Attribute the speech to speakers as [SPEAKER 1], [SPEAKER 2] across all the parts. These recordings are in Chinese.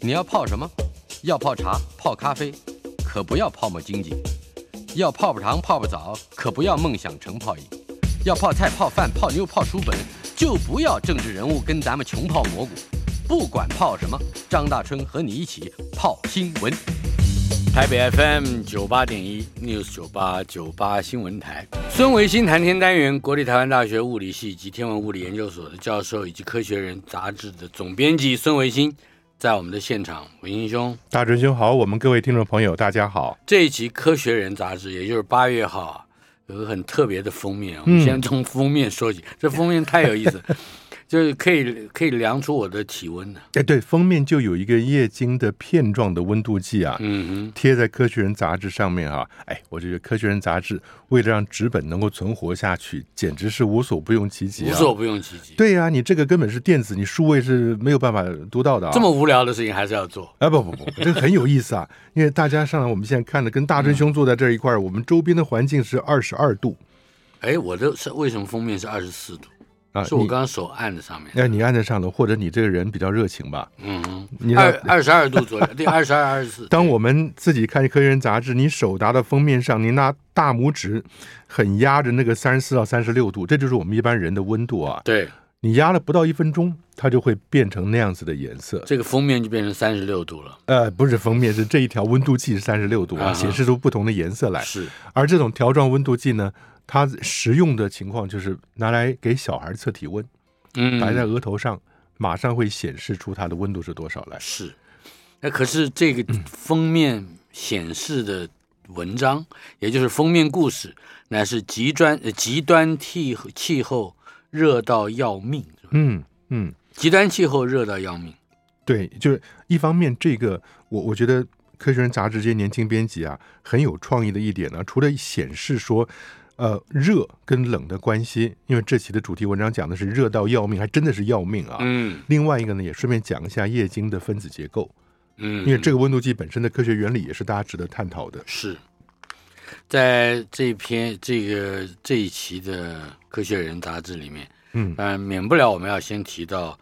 [SPEAKER 1] 你要泡什么？要泡茶、泡咖啡，可不要泡沫经济；要泡泡糖、泡泡澡，可不要梦想成泡影；要泡菜、泡饭、泡妞、泡书本，就不要政治人物跟咱们穷泡蘑菇。不管泡什么，张大春和你一起泡新闻。
[SPEAKER 2] 台北 FM 九八点一 News 九八九八新闻台，孙维新谈天单元，国立台湾大学物理系及天文物理研究所的教授以及《科学人》杂志的总编辑孙维新，在我们的现场，维新兄，
[SPEAKER 3] 大准兄好，我们各位听众朋友大家好。
[SPEAKER 2] 这一期《科学人》杂志，也就是八月号啊，有个很特别的封面。
[SPEAKER 3] 嗯
[SPEAKER 2] 我们先从封面说起，这封面太有意思 了，就是可以可以量出我的体温的。
[SPEAKER 3] 哎，对，封面就有一个液晶的片状的温度计啊，
[SPEAKER 2] 嗯
[SPEAKER 3] 贴在《科学人》杂志上面哈、哎，我觉得《科学人》杂志为了让纸本能够存活下去，简直是无所不用其极、
[SPEAKER 2] 哼，
[SPEAKER 3] 啊。
[SPEAKER 2] 无所不用其极。
[SPEAKER 3] 对呀、你这个根本是电子，你数位是没有办法读到的、啊。
[SPEAKER 2] 这么无聊的事情还是要做。
[SPEAKER 3] 啊不不不，这个很有意思 啊，因为大家上来我们现在看的跟大真兄坐在这一块儿，我们周边的环境是二十二度
[SPEAKER 2] 哎，我的是为什么封面是二十四度？
[SPEAKER 3] 啊，
[SPEAKER 2] 是我
[SPEAKER 3] 你
[SPEAKER 2] 刚刚手按的上面。
[SPEAKER 3] 哎，你按在上头，或者你这个人比较热情吧。
[SPEAKER 2] 嗯哼，
[SPEAKER 3] 你
[SPEAKER 2] 二
[SPEAKER 3] 的
[SPEAKER 2] 二十二度左右，对，二十二、二十四。
[SPEAKER 3] 当我们自己看《科学人》杂志，你手搭到封面上，你拿大拇指很压着那个三十四到三十六度，这就是我们一般人的温度啊。
[SPEAKER 2] 对
[SPEAKER 3] 你压了不到一分钟，它就会变成那样子的颜色。
[SPEAKER 2] 这个封面就变成三十六度了。
[SPEAKER 3] 呃，不是封面，是这一条温度计是三十六度
[SPEAKER 2] 啊哈
[SPEAKER 3] 啊，显示出不同的颜色来。
[SPEAKER 2] 是，
[SPEAKER 3] 而这种条状温度计呢，它实用的情况就是拿来给小孩测体温，
[SPEAKER 2] 嗯，
[SPEAKER 3] 摆在额头上，马上会显示出它的温度是多少来。
[SPEAKER 2] 是。那可是这个
[SPEAKER 3] 嗯
[SPEAKER 2] 封面显示的文章，也就是封面故事，乃是极端呃极端气候气候热到要命，是吧
[SPEAKER 3] 嗯嗯。
[SPEAKER 2] 极端气候热到要命。
[SPEAKER 3] 对，就是一方面，这个我我觉得《科学人》杂志这些年轻编辑啊，很有创意的一点呢、除了显示说，呃，热跟冷的关系，因为这期的主题文章讲的是热到要命，还真的是要命啊。
[SPEAKER 2] 嗯
[SPEAKER 3] 另外一个呢，也顺便讲一下液晶的分子结构，
[SPEAKER 2] 嗯，啊
[SPEAKER 3] 因为这个温度计本身的科学原理也是大家值得探讨的。
[SPEAKER 2] 是在这篇这个这一期的《科学人》杂志里面，
[SPEAKER 3] 嗯，
[SPEAKER 2] 当然免不了我们要先提到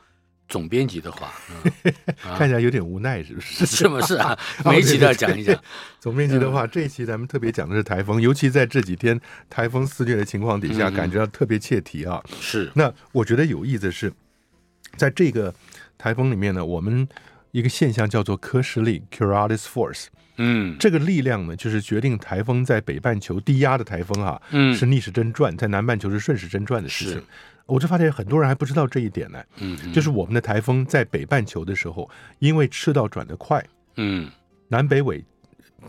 [SPEAKER 2] 总编辑 的话，嗯、
[SPEAKER 3] 看起来有点无奈，是不是？
[SPEAKER 2] 是嗯不是啊？
[SPEAKER 3] 哦
[SPEAKER 2] 每一集都要讲一讲。
[SPEAKER 3] 总编辑的话，这一期咱们特别讲的是台风，尤其在这几天台风肆虐的情况底下，
[SPEAKER 2] 嗯
[SPEAKER 3] 感觉到特别切题啊。
[SPEAKER 2] 是，
[SPEAKER 3] 那我觉得有意思的是，在这个台风里面呢，我们一个现象叫做科氏力 （Curalis Force）。
[SPEAKER 2] 嗯
[SPEAKER 3] 这个力量呢，就是决定台风在北半球低压的台风啊，
[SPEAKER 2] 嗯
[SPEAKER 3] 是逆时针转，在南半球是顺时针转的事
[SPEAKER 2] 是
[SPEAKER 3] 情。我就发现很多人还不知道这一点呢，
[SPEAKER 2] 嗯，
[SPEAKER 3] 就是我们的台风在北半球的时候，因为赤道转得快，
[SPEAKER 2] 嗯
[SPEAKER 3] 南北纬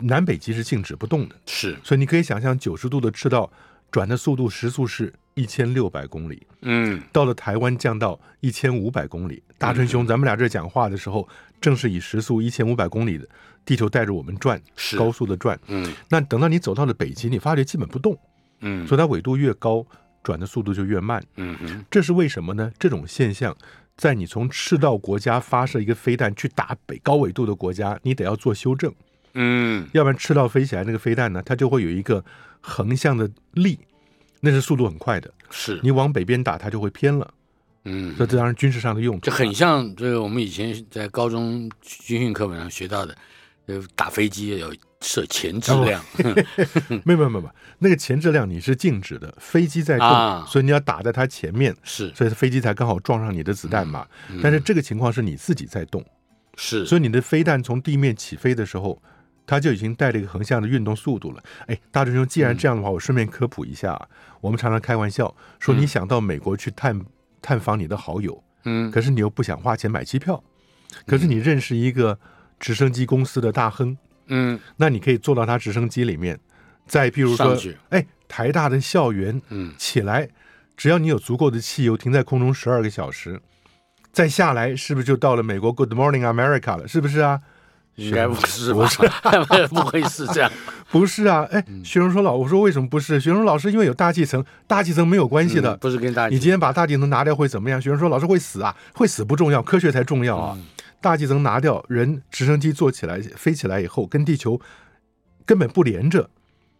[SPEAKER 3] 南北极是静止不动的，
[SPEAKER 2] 是，
[SPEAKER 3] 所以你可以想象九十度的赤道转的速度时速是一千六百公里。
[SPEAKER 2] 嗯
[SPEAKER 3] 到了台湾降到一千五百公里。大春兄，咱们俩这讲话的时候，正是以时速一千五百公里的地球带着我们转
[SPEAKER 2] 是，
[SPEAKER 3] 高速的转。
[SPEAKER 2] 嗯
[SPEAKER 3] 那等到你走到了北极，你发觉基本不动，
[SPEAKER 2] 嗯
[SPEAKER 3] 所以它纬度越高，转的速度就越慢。
[SPEAKER 2] 嗯哼
[SPEAKER 3] 这是为什么呢？这种现象，在你从赤道国家发射一个飞弹去打北高纬度的国家，你得要做修正，
[SPEAKER 2] 嗯
[SPEAKER 3] 要不然赤道飞起来那个飞弹呢，它就会有一个横向的力，那是速度很快的。
[SPEAKER 2] 是，
[SPEAKER 3] 你往北边打，它就会偏了。
[SPEAKER 2] 嗯
[SPEAKER 3] 这当然军事上的用途
[SPEAKER 2] 这
[SPEAKER 3] 啊，
[SPEAKER 2] 很像这个我们以前在高中军训课本上学到的，呃，打飞机有射前
[SPEAKER 3] 哦
[SPEAKER 2] 质量，
[SPEAKER 3] 没有没有没有，没有那个前质量你是静止的，飞机在动，
[SPEAKER 2] 啊嗯
[SPEAKER 3] 所以你要打在它前面，
[SPEAKER 2] 是
[SPEAKER 3] 所以飞机才刚好撞上你的子弹嘛。
[SPEAKER 2] 嗯
[SPEAKER 3] 但是这个情况是你自己在动，
[SPEAKER 2] 是，
[SPEAKER 3] 所
[SPEAKER 2] 以
[SPEAKER 3] 以你的飞弹从地面起飞的时候，它就已经带了一个横向的运动速度了。哎，大志兄，既然这样的话，我顺便科普一下啊，我们常常开玩笑说，你想到美国去探探访你的好友，
[SPEAKER 2] 嗯
[SPEAKER 3] 可是你又不想花钱买机票，可是你认识一个直升机公司的大亨，
[SPEAKER 2] 嗯
[SPEAKER 3] 那你可以坐到他直升机里面，再譬如
[SPEAKER 2] 上
[SPEAKER 3] 说
[SPEAKER 2] 去，
[SPEAKER 3] 哎，台大的校园
[SPEAKER 2] 嗯
[SPEAKER 3] 起来，只要你有足够的汽油，停在空中十二个小时，再下来是不是就到了美国 Good Morning America 了？是不是啊？
[SPEAKER 2] 应该不是吧？ 不会是这样，
[SPEAKER 3] 不是啊，哎，学生说老，我说为什么不是？学生说老师因为有大气层，大气层没有关系的。
[SPEAKER 2] 嗯不是跟大家
[SPEAKER 3] 你今天把大气层拿掉会怎么样？学生说老师会死啊，会死不重要，科学才重要
[SPEAKER 2] 嗯
[SPEAKER 3] 啊。大气层拿掉，人直升机做起来飞起来以后，跟地球根本不连着，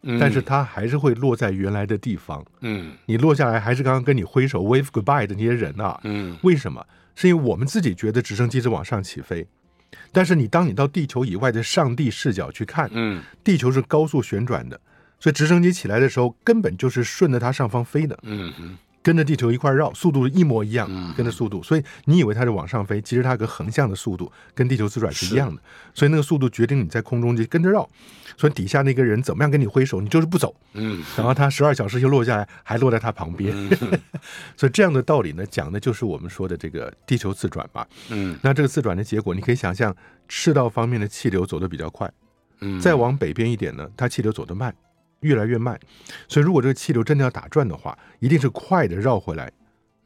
[SPEAKER 2] 嗯
[SPEAKER 3] 但是它还是会落在原来的地方。
[SPEAKER 2] 嗯
[SPEAKER 3] 你落下来还是刚刚跟你挥手 wave goodbye 的那些人啊，
[SPEAKER 2] 嗯
[SPEAKER 3] 为什么？是因为我们自己觉得直升机是往上起飞，但是你当你到地球以外的上帝视角去看，
[SPEAKER 2] 嗯
[SPEAKER 3] 地球是高速旋转的，所以直升机起来的时候根本就是顺着它上方飞的，
[SPEAKER 2] 嗯嗯
[SPEAKER 3] 跟着地球一块绕，速度一模一样
[SPEAKER 2] 嗯，
[SPEAKER 3] 跟着速度。所以你以为它是往上飞，其实它有个横向的速度跟地球自转是一样的，所以那个速度决定你在空中就跟着绕。所以底下那个人怎么样跟你挥手，你就是不走，
[SPEAKER 2] 嗯
[SPEAKER 3] 然后他十二小时又落下来，还落在他旁边。 所以这样的道理呢，讲的就是我们说的这个地球自转嘛。
[SPEAKER 2] 嗯
[SPEAKER 3] 那这个自转的结果，你可以想象，赤道方面的气流走得比较快，
[SPEAKER 2] 嗯，
[SPEAKER 3] 再往北边一点呢，它气流走得慢，越来越慢。所以如果这个气流真的要打转的话，一定是快的绕回来，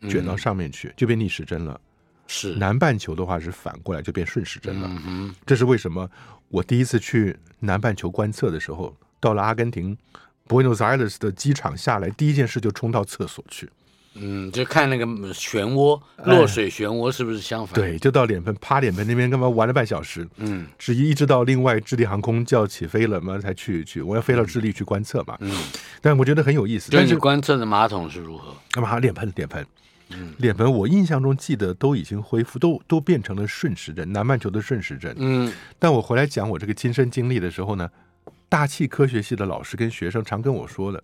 [SPEAKER 3] 卷到
[SPEAKER 2] 嗯
[SPEAKER 3] 上面去，就变逆时针了。
[SPEAKER 2] 是
[SPEAKER 3] 南半球的话是反过来就变顺时针了。
[SPEAKER 2] 嗯哼
[SPEAKER 3] 这是为什么？我第一次去南半球观测的时候，到了阿根廷 Buenos Aires 的机场下来，第一件事就冲到厕所去，
[SPEAKER 2] 嗯，就看那个漩涡落水漩涡是不是相反？，
[SPEAKER 3] 哎对，就到脸盆趴脸盆那边，干嘛玩了半小时？
[SPEAKER 2] 嗯
[SPEAKER 3] 是一直到另外智利航空就要起飞了嘛，才去去，我要飞到智利去观测嘛。
[SPEAKER 2] 嗯，
[SPEAKER 3] 但我觉得很有意思，
[SPEAKER 2] 就
[SPEAKER 3] 但
[SPEAKER 2] 你
[SPEAKER 3] 是
[SPEAKER 2] 观测的马桶是嗯如何？
[SPEAKER 3] 干嘛脸盆脸盆？脸盆，我印象中记得都已经恢复，都都变成了顺时针，南半球的顺时针。
[SPEAKER 2] 嗯
[SPEAKER 3] 但我回来讲我这个亲身经历的时候呢，大气科学系的老师跟学生常跟我说了，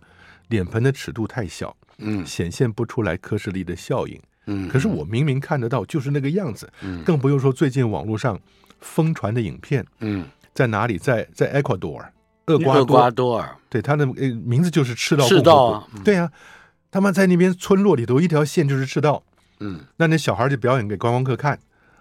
[SPEAKER 3] 脸盆的尺度太小，
[SPEAKER 2] 嗯
[SPEAKER 3] 显现不出来科氏力的效应。
[SPEAKER 2] 嗯，
[SPEAKER 3] 可是我明明看得到，就是那个样子。更不用说最近网络上疯传的影片，
[SPEAKER 2] 嗯，
[SPEAKER 3] 在哪里？在在 Ecuador，厄瓜多
[SPEAKER 2] 厄瓜多尔，
[SPEAKER 3] 对，它的呃名字就是赤道
[SPEAKER 2] 赤
[SPEAKER 3] 共和
[SPEAKER 2] 道
[SPEAKER 3] 国
[SPEAKER 2] 啊
[SPEAKER 3] 对呀、他们在那边村落里头一条线就是赤道，
[SPEAKER 2] 嗯
[SPEAKER 3] 那那小孩就表演给观光客看，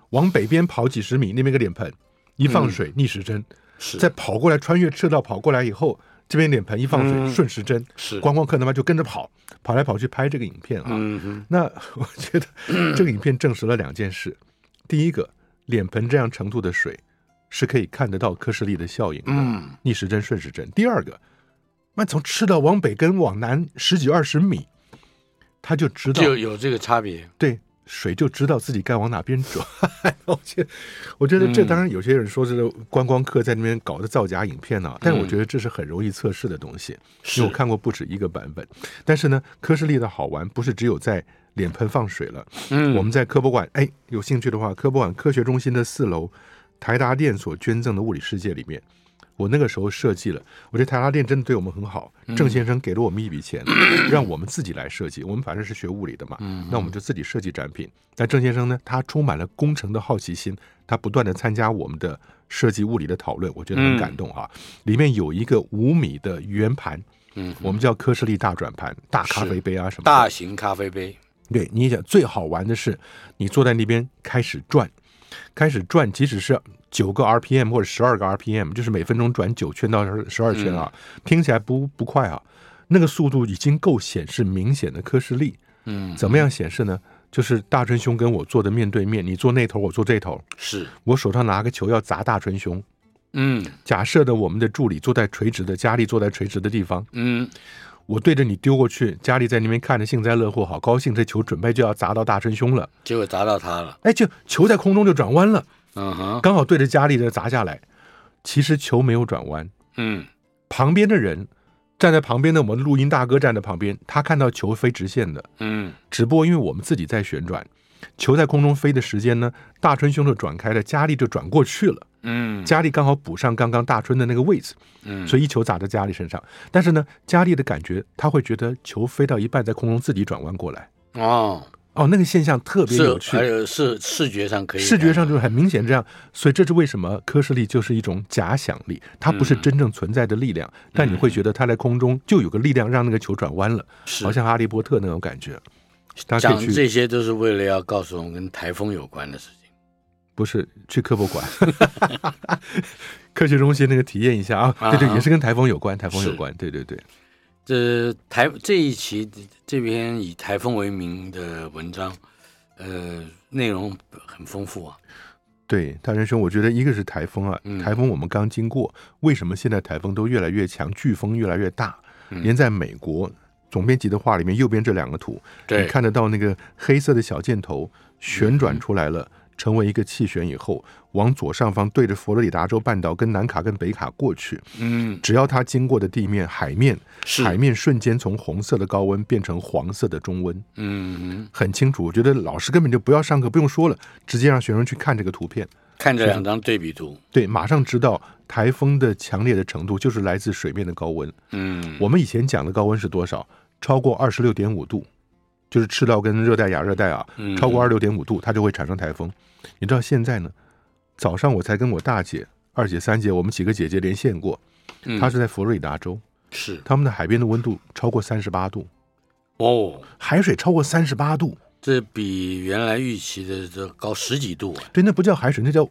[SPEAKER 3] 往北边跑几十米，那边个脸盆一放
[SPEAKER 2] 嗯
[SPEAKER 3] 水、逆时针，
[SPEAKER 2] 是
[SPEAKER 3] 再跑过来穿越赤道跑过来以后，这边脸盆一放水、
[SPEAKER 2] 嗯
[SPEAKER 3] 顺时针，
[SPEAKER 2] 是
[SPEAKER 3] 观光客他妈就跟着跑，跑来跑去拍这个影片啊。
[SPEAKER 2] 嗯哼
[SPEAKER 3] 那我 觉得这个影片证实了两件事，第一个，脸盆这样程度的水是可以看得到科氏力的效应的。
[SPEAKER 2] 嗯
[SPEAKER 3] 逆时针、顺时针。第二个，那从赤道往北跟往南十几二十米，他就知道
[SPEAKER 2] 就有这个差别。
[SPEAKER 3] 对水就知道自己该往哪边转。 我觉得，我觉得这
[SPEAKER 2] 嗯
[SPEAKER 3] 当然有些人说这个观光客在那边搞的造假影片啊，但我觉得这是很容易测试的东西，因
[SPEAKER 2] 嗯是
[SPEAKER 3] 为我看过不止一个版本。但是呢，科氏力的好玩不是只有在。脸盆放水了，
[SPEAKER 2] 嗯
[SPEAKER 3] 我们在科博馆，哎，有兴趣的话，科博馆科学中心的四楼，台达电所捐赠的物理世界里面，我那个时候设计了，我觉得台达电真的对我们很好。
[SPEAKER 2] 嗯
[SPEAKER 3] 郑先生给了我们一笔钱，让我们自己来设计。我们反正是学物理的嘛，那我们就自己设计展品。但郑先生呢，他充满了工程的好奇心，他不断的参加我们的设计物理的讨论，我觉得很感动啊。里面有一个五米的圆盘，
[SPEAKER 2] 嗯
[SPEAKER 3] 我们叫科氏力大转盘、大咖啡杯啊什么的。
[SPEAKER 2] 大型咖啡杯，
[SPEAKER 3] 对你想最好玩的是，你坐在那边开始转，开始转，即使是九个 RPM 或者十二个 RPM，就是每分钟转九圈到十二圈啊，
[SPEAKER 2] 嗯
[SPEAKER 3] 听起来不不快啊，那个速度已经够显示明显的科氏力。
[SPEAKER 2] 嗯，
[SPEAKER 3] 怎么样显示呢？就是大春兄跟我坐的面对面，你坐那头，我坐这头，
[SPEAKER 2] 是，
[SPEAKER 3] 我手上拿个球要砸大春兄。
[SPEAKER 2] 嗯
[SPEAKER 3] 假设呢，我们的助理坐在垂直的，佳丽坐在垂直的地方，
[SPEAKER 2] 嗯
[SPEAKER 3] 我对着你丢过去，佳丽在那边看着幸灾乐祸，好高兴，这球准备就要砸到大春兄了。
[SPEAKER 2] 结果砸到他了，
[SPEAKER 3] 哎，就球在空中就转弯了，
[SPEAKER 2] 嗯哼，
[SPEAKER 3] 刚好对着佳丽的砸下来。其实球没有转弯，
[SPEAKER 2] 嗯
[SPEAKER 3] 旁边的人站在旁边的我们录音大哥站在旁边，他看到球飞直线的，
[SPEAKER 2] 嗯
[SPEAKER 3] 只不过因为我们自己在旋转，球在空中飞的时间呢，大春兄就转开了，佳丽就转过去了，
[SPEAKER 2] 嗯
[SPEAKER 3] 佳丽刚好补上刚刚大春的那个位置，
[SPEAKER 2] 嗯，
[SPEAKER 3] 所以一球砸在佳丽身上。但是呢，佳丽的感觉，他会觉得球飞到一半在空中自己转弯过来，
[SPEAKER 2] 以哦，
[SPEAKER 3] 哦，那个现象特别有
[SPEAKER 2] 是
[SPEAKER 3] 趣
[SPEAKER 2] 还。有视视觉上可以看，
[SPEAKER 3] 视觉上就是很明显这样，所以这是为什么科氏力就是一种假想力，它不是
[SPEAKER 2] 嗯
[SPEAKER 3] 真正存在的力量，但你会觉得它在空中就有个力量让那个球转弯了，
[SPEAKER 2] 是
[SPEAKER 3] 好像哈利波特那种感觉。大家
[SPEAKER 2] 讲
[SPEAKER 3] 可以去
[SPEAKER 2] 这些都是为了要告诉我们跟台风有关的事情。
[SPEAKER 3] 不是去科博馆， 科学中心那个体验一下啊，
[SPEAKER 2] 啊
[SPEAKER 3] 对对，也是跟台风有关，台风有
[SPEAKER 2] 是
[SPEAKER 3] 关，对对对，
[SPEAKER 2] 这台这一期这篇以台风为名的文章，呃，内容很丰富啊。
[SPEAKER 3] 对，大人兄，我觉得一个是台风啊
[SPEAKER 2] 嗯，
[SPEAKER 3] 台风我们刚经过，为什么现在台风都越来越强，飓风越来越大？
[SPEAKER 2] 嗯
[SPEAKER 3] 连在美国总编辑的话里面，右边这两个图，你
[SPEAKER 2] 对，嗯
[SPEAKER 3] 看得到那个黑色的小箭头旋转出来了，成为一个气旋以后，往左上方对着佛罗里达州半岛跟南卡跟北卡过去，
[SPEAKER 2] 嗯，
[SPEAKER 3] 只要它经过的地面海面，
[SPEAKER 2] 是，
[SPEAKER 3] 海面瞬间从红色的高温变成黄色的中温，
[SPEAKER 2] 嗯，嗯
[SPEAKER 3] 很清楚。我觉得老师根本就不要上课，不用说了，直接让学生去看这个图片。
[SPEAKER 2] 看这两张对比图，
[SPEAKER 3] 对，马上知道台风的强烈的程度就是来自水面的高温。
[SPEAKER 2] 嗯，
[SPEAKER 3] 我们以前讲的高温是多少？超过二十六点五度，就是赤道跟热带亚热带啊，
[SPEAKER 2] 嗯
[SPEAKER 3] 超过二十六点五度，它就会产生台风。你知道现在呢？早上我才跟我大姐、二姐、三姐，我们几个姐姐连线过，
[SPEAKER 2] 嗯
[SPEAKER 3] 她是在佛罗里达州，
[SPEAKER 2] 是
[SPEAKER 3] 他们的海边的温度超过三十八度，
[SPEAKER 2] 哦，
[SPEAKER 3] 海水超过三十八度，
[SPEAKER 2] 这比原来预期的这高十几度啊。
[SPEAKER 3] 对，那不叫海水，那叫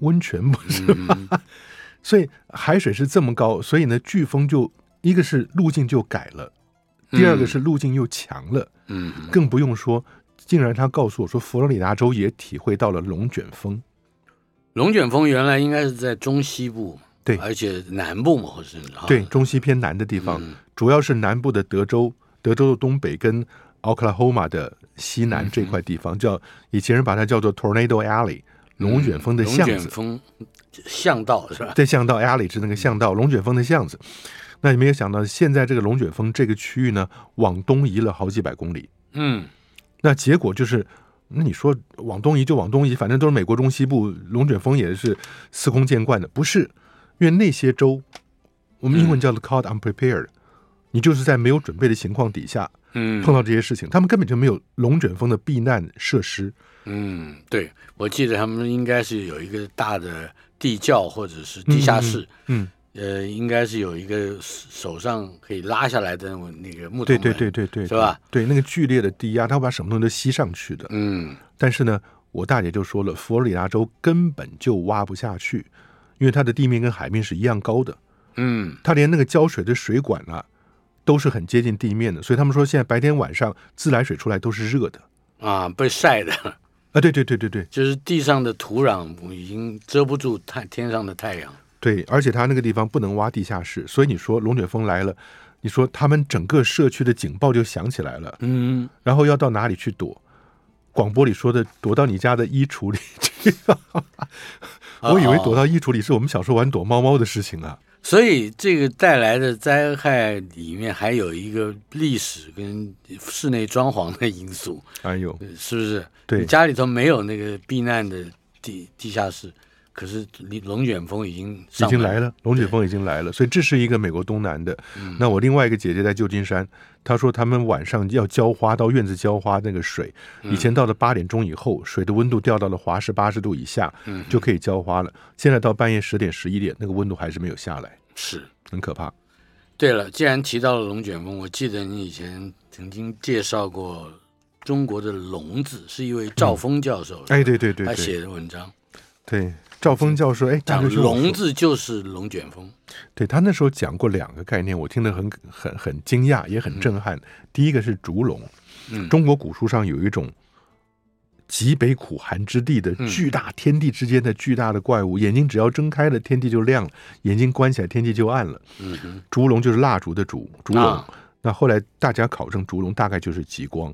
[SPEAKER 3] 温泉，不是
[SPEAKER 2] 嗯，
[SPEAKER 3] 所以海水是这么高，所以呢，飓风就一个是路径就改了，第二个是路径又强了，
[SPEAKER 2] 嗯，嗯
[SPEAKER 3] 更不用说，竟然他告诉我说，佛罗里达州也体会到了龙卷风。
[SPEAKER 2] 龙卷风原来应该是在中西部嘛，
[SPEAKER 3] 对
[SPEAKER 2] 而且南部嘛，或是啊
[SPEAKER 3] 对，啊中西偏南的地方，
[SPEAKER 2] 嗯
[SPEAKER 3] 主要是南部的德州，德州的东北跟 Oklahoma 的西
[SPEAKER 2] 嗯
[SPEAKER 3] 南这块地方，叫以前人把它叫做 Tornado Alley，龙卷风的
[SPEAKER 2] 嗯龙
[SPEAKER 3] 巷
[SPEAKER 2] 卷
[SPEAKER 3] 子。
[SPEAKER 2] 风巷道是吧？
[SPEAKER 3] 在巷道 alley 是那个巷道，龙卷风的巷子。那你没有想到，现在这个龙卷风这个区域呢，往东移了好几百公里。
[SPEAKER 2] 嗯，
[SPEAKER 3] 那结果就是，那你说往东移就往东移，反正都是美国中西部，龙卷风也是司空见惯的，不是？因为那些州，我们英
[SPEAKER 2] 嗯
[SPEAKER 3] 文叫做 caught unprepared，、你就是在没有准备的情况底下
[SPEAKER 2] 嗯
[SPEAKER 3] 碰到这些事情，他们根本就没有龙卷风的避难设施。
[SPEAKER 2] 嗯，对，我记得他们应该是有一个大的地窖或者是地下室，
[SPEAKER 3] 嗯，
[SPEAKER 2] 呃，应该是有一个手上可以拉下来的那种那个木头
[SPEAKER 3] 对
[SPEAKER 2] 门
[SPEAKER 3] 对对，对对，
[SPEAKER 2] 是吧？
[SPEAKER 3] 对，那个剧烈的低压，它会把什么东西都吸上去的。
[SPEAKER 2] 嗯
[SPEAKER 3] 但是呢，我大姐就说了，佛罗里达州根本就挖不下去，因为它的地面跟海面是一样高的，
[SPEAKER 2] 嗯
[SPEAKER 3] 它连那个浇水的水管啊，都是很接近地面的，所以他们说现在白天晚上自来水出来都是热的。
[SPEAKER 2] 啊，被晒的，
[SPEAKER 3] 啊，对对对对对
[SPEAKER 2] 就是地上的土壤已经遮不住太天上的太阳。
[SPEAKER 3] 对，而且它那个地方不能挖地下室，所以你说龙卷风来了，你说他们整个社区的警报就响起来了，
[SPEAKER 2] 嗯，
[SPEAKER 3] 然后要到哪里去躲？广播里说的躲到你家的衣橱里去，
[SPEAKER 2] 啊
[SPEAKER 3] 我以为躲到衣橱里是我们小时候玩躲猫猫的事情啊。
[SPEAKER 2] 哦所以这个带来的灾害里面还有一个历史跟室内装潢的因素，
[SPEAKER 3] 哎呦，
[SPEAKER 2] 呃是不是？
[SPEAKER 3] 对
[SPEAKER 2] 你家里头没有那个避难的地地下室，可是你龙卷风已经
[SPEAKER 3] 已
[SPEAKER 2] 上
[SPEAKER 3] 经来
[SPEAKER 2] 了。
[SPEAKER 3] 了，龙卷风已经来了，所以这是一个美国东南的。那我另外一个姐姐在旧金山，她说他们晚上要浇花，到院子浇花那个水，以前到了八点钟以后，水的温度掉到了华氏八十度以下，就可以浇花了。现在到半夜十点、十一点，那个温度还是没有下来，
[SPEAKER 2] 是。
[SPEAKER 3] 很可怕。
[SPEAKER 2] 对了，既然提到了龙卷风，我记得你以前曾经介绍过中国的“龙”字，是一位赵峰教授，
[SPEAKER 3] 哎，对对对
[SPEAKER 2] 他
[SPEAKER 3] 对
[SPEAKER 2] 写的文章
[SPEAKER 3] 对，赵峰教授，哎，大
[SPEAKER 2] 讲
[SPEAKER 3] 学
[SPEAKER 2] “
[SPEAKER 3] 生我说
[SPEAKER 2] 龙”字就是龙卷风。
[SPEAKER 3] 对他那时候讲过两个概念，我听得很很很惊讶，也很震撼。第一个是竹笼，
[SPEAKER 2] 嗯
[SPEAKER 3] 中国古书上有一种极北苦寒之地的
[SPEAKER 2] 嗯
[SPEAKER 3] 巨大、天地之间的巨大的怪物，眼睛只要睁开了，天地就亮了；眼睛关起来，天地就暗了。
[SPEAKER 2] 嗯哼，
[SPEAKER 3] 竹笼就是蜡烛的竹，竹笼。
[SPEAKER 2] 啊
[SPEAKER 3] 那后来大家考证，竹笼大概就是极光。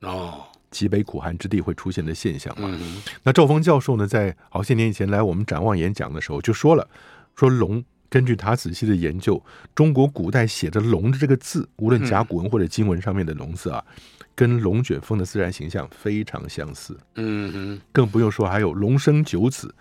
[SPEAKER 2] 哦，
[SPEAKER 3] 极北苦寒之地会出现的现象嘛？
[SPEAKER 2] 嗯哼，
[SPEAKER 3] 那赵峰教授呢，在好些年以前来我们展望演讲的时候就说了，说龙，根据他仔细的研究，中国古代写的“龙”的这个字，无论
[SPEAKER 2] 嗯
[SPEAKER 3] 甲骨文或者金文上面的“龙”字啊，跟龙卷风的自然形象非常相似，
[SPEAKER 2] 嗯哼，
[SPEAKER 3] 更不用说还有龙生九子，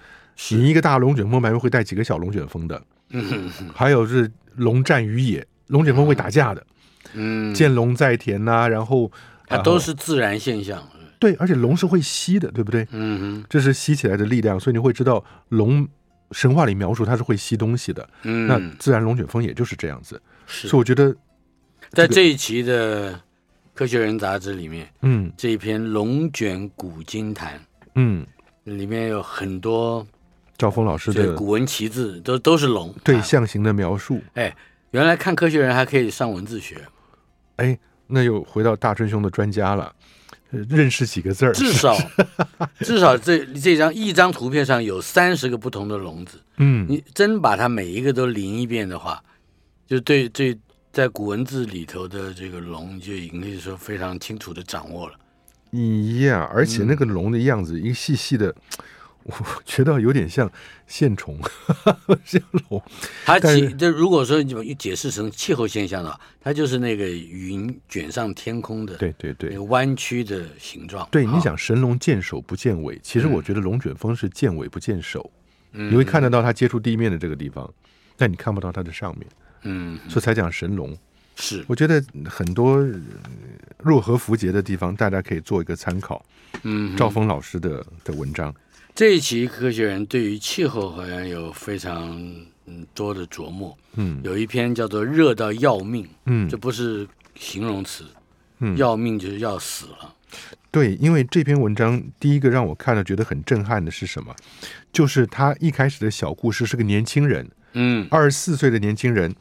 [SPEAKER 3] 你一个大龙卷风旁边会带几个小龙卷风的，
[SPEAKER 2] 嗯哼，
[SPEAKER 3] 还有是龙战于野，龙卷风会打架的，
[SPEAKER 2] 嗯，
[SPEAKER 3] 见龙在田呐、然后
[SPEAKER 2] 它
[SPEAKER 3] 然后
[SPEAKER 2] 都是自然现象。
[SPEAKER 3] 对，而且龙是会吸的，对不对？
[SPEAKER 2] 嗯哼，
[SPEAKER 3] 这是吸起来的力量，所以你会知道龙神话里描述它是会吸东西的。那
[SPEAKER 2] 嗯，
[SPEAKER 3] 自然龙卷风也就是这样子，
[SPEAKER 2] 是
[SPEAKER 3] 所以我觉得，
[SPEAKER 2] 在这一期的《科学人》杂志里面，
[SPEAKER 3] 嗯
[SPEAKER 2] 这一篇《龙卷古今谈》
[SPEAKER 3] 嗯，
[SPEAKER 2] 里面有很多
[SPEAKER 3] 赵峰老师
[SPEAKER 2] 这
[SPEAKER 3] 的
[SPEAKER 2] 个古文奇字，都都是龙。
[SPEAKER 3] 对
[SPEAKER 2] 啊
[SPEAKER 3] 象形的描述，
[SPEAKER 2] 哎，原来看《科学人》还可以上文字学。
[SPEAKER 3] 哎，那又回到大春兄的专家了。呃认识几个字儿，
[SPEAKER 2] 至少 至少这这张一张图片上有三十个不同的笼子，
[SPEAKER 3] 嗯，
[SPEAKER 2] 你真把它每一个都淋一遍的话，就对对，在古文字里头的这个龙就已经可以说非常清楚的掌握了。
[SPEAKER 3] 一样，而且那个龙的样子，一个细细的，我觉得有点像线虫， 像龙，
[SPEAKER 2] 它
[SPEAKER 3] 但
[SPEAKER 2] 其
[SPEAKER 3] 是
[SPEAKER 2] 这如果说你把它解释成气候现象的话，它就是那个云卷上天空的
[SPEAKER 3] 对对
[SPEAKER 2] 那
[SPEAKER 3] 对
[SPEAKER 2] 个。弯曲的形状。
[SPEAKER 3] 对，
[SPEAKER 2] 啊
[SPEAKER 3] 你，想神龙见首不见尾，其
[SPEAKER 2] 嗯
[SPEAKER 3] 实我觉得龙卷风是见尾不见首，
[SPEAKER 2] 你
[SPEAKER 3] 你会看得到它接触地面的这个地方，但你看不到它的上面，
[SPEAKER 2] 嗯，
[SPEAKER 3] 所以才讲神龙。
[SPEAKER 2] 是，
[SPEAKER 3] 我觉得很多呃若合符节的地方，大家可以做一个参考。
[SPEAKER 2] 嗯，
[SPEAKER 3] 赵峰老师的的文章，
[SPEAKER 2] 这一期科学人对于气候好像有非常嗯多的琢磨，
[SPEAKER 3] 嗯
[SPEAKER 2] 有一篇叫做“热到要命”，
[SPEAKER 3] 嗯
[SPEAKER 2] 这，不是形容词，
[SPEAKER 3] 嗯
[SPEAKER 2] 要命就是要死了。
[SPEAKER 3] 对，因为这篇文章第一个让我看了觉得很震撼的是什么？就是他一开始的小故事是个年轻人，
[SPEAKER 2] 嗯
[SPEAKER 3] 二十四岁的年轻人，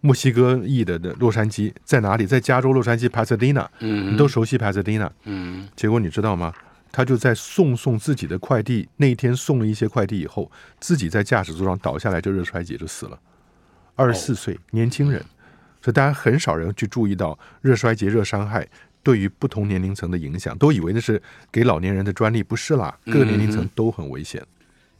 [SPEAKER 3] 墨西哥裔的的洛杉矶在哪里？在加州洛杉矶 Pasadena，
[SPEAKER 2] 嗯，
[SPEAKER 3] 你都熟悉 Pasadena，
[SPEAKER 2] 嗯
[SPEAKER 3] 结果你知道吗？他就在送送自己的快递那一天送了一些快递以后，自己在驾驶座上倒下来就热衰竭就死了，二十
[SPEAKER 2] 哦
[SPEAKER 3] 四岁、年轻人，所以大家很少人去注意到热衰竭、热伤害对于不同年龄层的影响，都以为那是给老年人的专利，不是啦，各个年龄
[SPEAKER 2] 嗯
[SPEAKER 3] 层都很危险。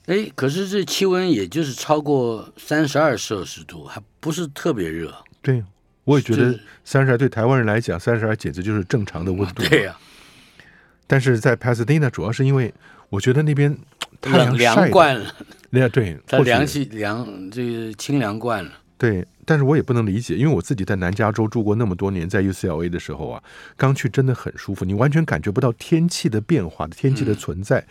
[SPEAKER 2] 哎，可是这气温也就是超过三十二摄氏度，还不是特别热。
[SPEAKER 3] 对，我也觉
[SPEAKER 2] 就
[SPEAKER 3] 得
[SPEAKER 2] 是
[SPEAKER 3] 三十二对台湾人来讲，三十二简直就是正常的温度。
[SPEAKER 2] 啊对呀、
[SPEAKER 3] 但是在 Pasadena 主要是因为我觉得那边太阳
[SPEAKER 2] 冷
[SPEAKER 3] 晒
[SPEAKER 2] 凉
[SPEAKER 3] 的，
[SPEAKER 2] 惯了，
[SPEAKER 3] 那对，
[SPEAKER 2] 它
[SPEAKER 3] 或许
[SPEAKER 2] 凉气凉，这个清凉惯了。
[SPEAKER 3] 对，但是我也不能理解，因为我自己在南加州住过那么多年，在 UCLA 的时候啊，刚去真的很舒服，你完全感觉不到天气的变化、天
[SPEAKER 2] 嗯
[SPEAKER 3] 气的存在。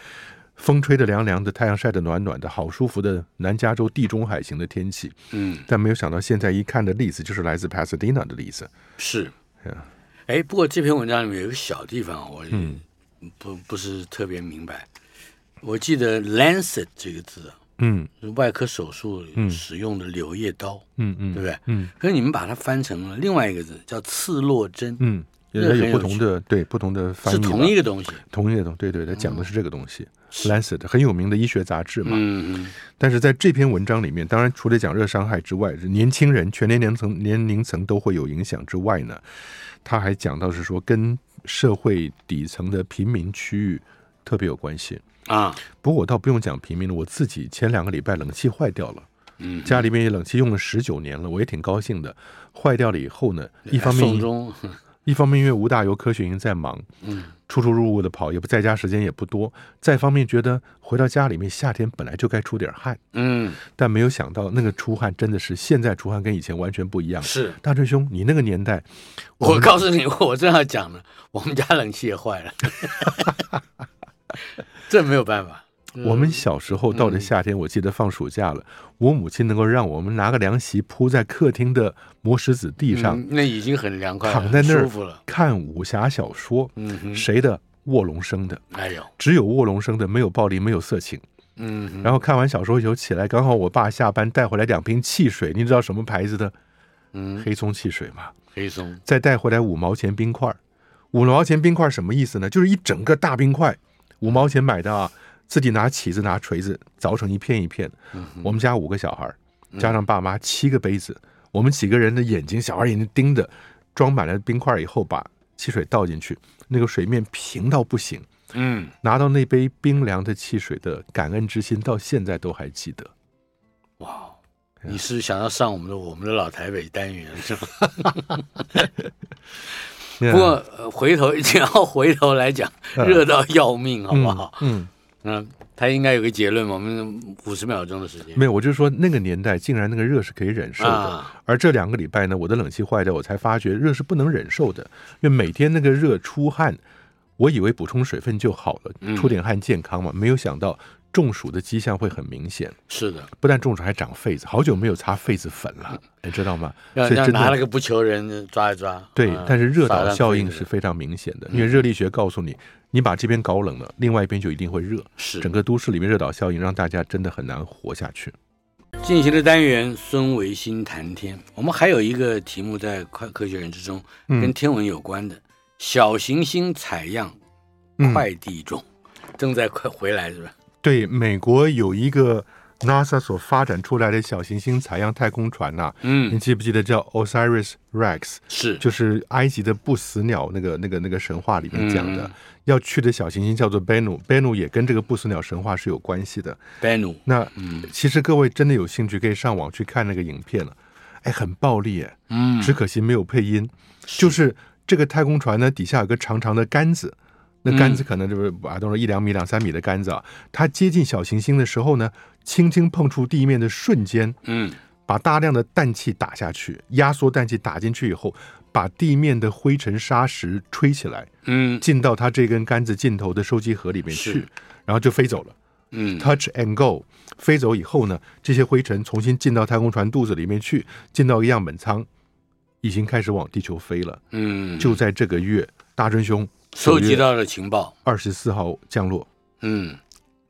[SPEAKER 3] 风吹的凉凉的，太阳晒的暖暖的，好舒服的南加州地中海型的天气。
[SPEAKER 2] 嗯，
[SPEAKER 3] 但没有想到，现在一看的例子就是来自 Pasadena 的例子。
[SPEAKER 2] 是
[SPEAKER 3] 呀。
[SPEAKER 2] 哎，不过这篇文章里面有个小地方，啊我
[SPEAKER 3] 嗯
[SPEAKER 2] 不不是特别明白。我记得 “lancet” 这个字啊，
[SPEAKER 3] 嗯
[SPEAKER 2] 是外科手术
[SPEAKER 3] 嗯
[SPEAKER 2] 使用的柳叶刀，
[SPEAKER 3] 嗯
[SPEAKER 2] 对不
[SPEAKER 3] 嗯
[SPEAKER 2] 对？
[SPEAKER 3] 嗯
[SPEAKER 2] 可是你们把它翻成了另外一个字，叫刺络针，
[SPEAKER 3] 嗯，
[SPEAKER 2] 这个
[SPEAKER 3] 也
[SPEAKER 2] 很
[SPEAKER 3] 有不
[SPEAKER 2] 有
[SPEAKER 3] 同
[SPEAKER 2] 趣
[SPEAKER 3] 的对不同的翻译
[SPEAKER 2] 是
[SPEAKER 3] 吧，
[SPEAKER 2] 同一个东西。
[SPEAKER 3] 同一个东对对，他讲的是这个东西。Lancet 很有名的医学杂志嘛，
[SPEAKER 2] 嗯，嗯
[SPEAKER 3] 但是在这篇文章里面，当然除了讲热伤害之外，年轻人全年龄层年龄层都会有影响之外呢，他还讲到是说跟社会底层的贫民区域特别有关系。
[SPEAKER 2] 啊，
[SPEAKER 3] 不过我倒不用讲平民了，我自己前两个礼拜冷气坏掉了，
[SPEAKER 2] 嗯，
[SPEAKER 3] 家里面也冷气用了十九年了，我也挺高兴的。坏掉了以后呢，一方
[SPEAKER 2] 嗯送
[SPEAKER 3] 面
[SPEAKER 2] 终，
[SPEAKER 3] 一方面因为吴大猷科学营在忙，
[SPEAKER 2] 嗯，
[SPEAKER 3] 出出入入的跑，也不在家时间也不多；再一方面觉得回到家里面，夏天本来就该出点汗。
[SPEAKER 2] 嗯，
[SPEAKER 3] 但没有想到那个出汗真的是现在出汗跟以前完全不一样。
[SPEAKER 2] 是
[SPEAKER 3] 大锤兄，你那个年代，
[SPEAKER 2] 我告诉你，我正要讲呢，我们家冷气也坏了， 这没有办法。
[SPEAKER 3] 我们小时候到了
[SPEAKER 2] 嗯
[SPEAKER 3] 夏天，我记得放暑假了，我母亲能够让我们拿个凉席铺在客厅的磨石子地上
[SPEAKER 2] 嗯，那已经很凉快了，
[SPEAKER 3] 躺在那
[SPEAKER 2] 很
[SPEAKER 3] 儿
[SPEAKER 2] 舒服了。
[SPEAKER 3] 看武侠小说，
[SPEAKER 2] 嗯哼，
[SPEAKER 3] 谁的？卧龙生的，
[SPEAKER 2] 哎呦，
[SPEAKER 3] 只有卧龙生的，没有暴力，没有色情。
[SPEAKER 2] 嗯哼，
[SPEAKER 3] 然后看完小说以后起来，刚好我爸下班带回来两瓶汽水，你知道什么牌子的？
[SPEAKER 2] 嗯，
[SPEAKER 3] 黑松汽水嘛。
[SPEAKER 2] 黑松，
[SPEAKER 3] 再带回来五毛钱冰块儿。五毛钱冰块儿什么意思呢？就是一整个大冰块，五毛钱买的啊，自己拿起子拿锤子凿成一片一片。我们家五个小孩儿，加上爸妈七个杯子，我们几个人的眼睛，小孩眼睛盯着，装满了冰块儿以后，把汽水倒进去，那个水面平到不行。
[SPEAKER 2] 嗯，
[SPEAKER 3] 拿到那杯冰凉的汽水的感恩之心，到现在都还记得。
[SPEAKER 2] 哇，
[SPEAKER 3] 啊
[SPEAKER 2] 你是想要上我们的我们的老台北单元 是吧？
[SPEAKER 3] 啊
[SPEAKER 2] 不过、呃回头只要回头来讲，
[SPEAKER 3] 嗯
[SPEAKER 2] 热啊到要命，好
[SPEAKER 3] 嗯
[SPEAKER 2] 不好？
[SPEAKER 3] 嗯，
[SPEAKER 2] 那他应该有个结论嘛？我们五十秒钟的时间
[SPEAKER 3] 没有，我就说那个年代竟然那个热是可以忍受的。
[SPEAKER 2] 啊，
[SPEAKER 3] 而这两个礼拜呢，我的冷气坏掉，我才发觉热是不能忍受的，因为每天那个热出汗，我以为补充水分就好
[SPEAKER 2] 嗯
[SPEAKER 3] 了，出点汗健康嘛，没有想到中暑的迹象会很明显，
[SPEAKER 2] 是的，
[SPEAKER 3] 不但中暑还长痱子，好久没有擦痱子粉了，你知道吗？所以
[SPEAKER 2] 要
[SPEAKER 3] 真
[SPEAKER 2] 要
[SPEAKER 3] 的
[SPEAKER 2] 拿了个不求人抓一抓。
[SPEAKER 3] 对
[SPEAKER 2] 啊，
[SPEAKER 3] 但是热
[SPEAKER 2] 撒
[SPEAKER 3] 岛
[SPEAKER 2] 上
[SPEAKER 3] 效
[SPEAKER 2] 痱
[SPEAKER 3] 应
[SPEAKER 2] 子嗯
[SPEAKER 3] 是非常明显的，因为热力学告诉你，你把这边搞冷了，另外一边就一定会热。
[SPEAKER 2] 是
[SPEAKER 3] 整个都市里面热岛效应让大家真的很难活下去。
[SPEAKER 2] 进行的单元孙维新谈天，我们还有一个
[SPEAKER 3] 嗯
[SPEAKER 2] 题目在《快科学人》之中，跟天文有关的、小行星采样
[SPEAKER 3] 嗯
[SPEAKER 2] 快递中，正在快回来是吧？
[SPEAKER 3] 对，美国有一个 NASA 所发展出来的小行星采样太空船呐、你
[SPEAKER 2] 嗯，
[SPEAKER 3] 记不记得叫 Osiris Rex？
[SPEAKER 2] 是，
[SPEAKER 3] 就是埃及的不死鸟那个那个那个神话里面讲
[SPEAKER 2] 嗯
[SPEAKER 3] 的，要去的小行星叫做 Bennu，Bennu 也跟这个不死鸟神话是有关系的。
[SPEAKER 2] 班努，
[SPEAKER 3] 那、
[SPEAKER 2] 嗯
[SPEAKER 3] 其实各位真的有兴趣可以上网去看那个影片了，哎，很暴力哎，
[SPEAKER 2] 嗯，
[SPEAKER 3] 只可惜没有配音，就是这个太空船呢底下有个长长的杆子，
[SPEAKER 2] 嗯
[SPEAKER 3] 那杆子可能就是啊，都是一两米、两三米的杆子啊。它接近小行星的时候呢，轻轻碰触地面的瞬间，
[SPEAKER 2] 嗯，
[SPEAKER 3] 把大量的氮气打下去，压缩氮气打进去以后，把地面的灰尘沙石吹起来，
[SPEAKER 2] 嗯，
[SPEAKER 3] 进到它这根杆子尽头的收集盒里面去
[SPEAKER 2] 是，
[SPEAKER 3] 然后就飞走了。
[SPEAKER 2] 嗯，
[SPEAKER 3] touch and go，飞走以后呢，这些灰尘重新进到太空船肚子里面去，进到一个样本舱，已经开始往地球飞了。
[SPEAKER 2] 嗯，
[SPEAKER 3] 就在这个月，大真兄
[SPEAKER 2] 收集到了情报，
[SPEAKER 3] 二十四号降落，
[SPEAKER 2] 嗯，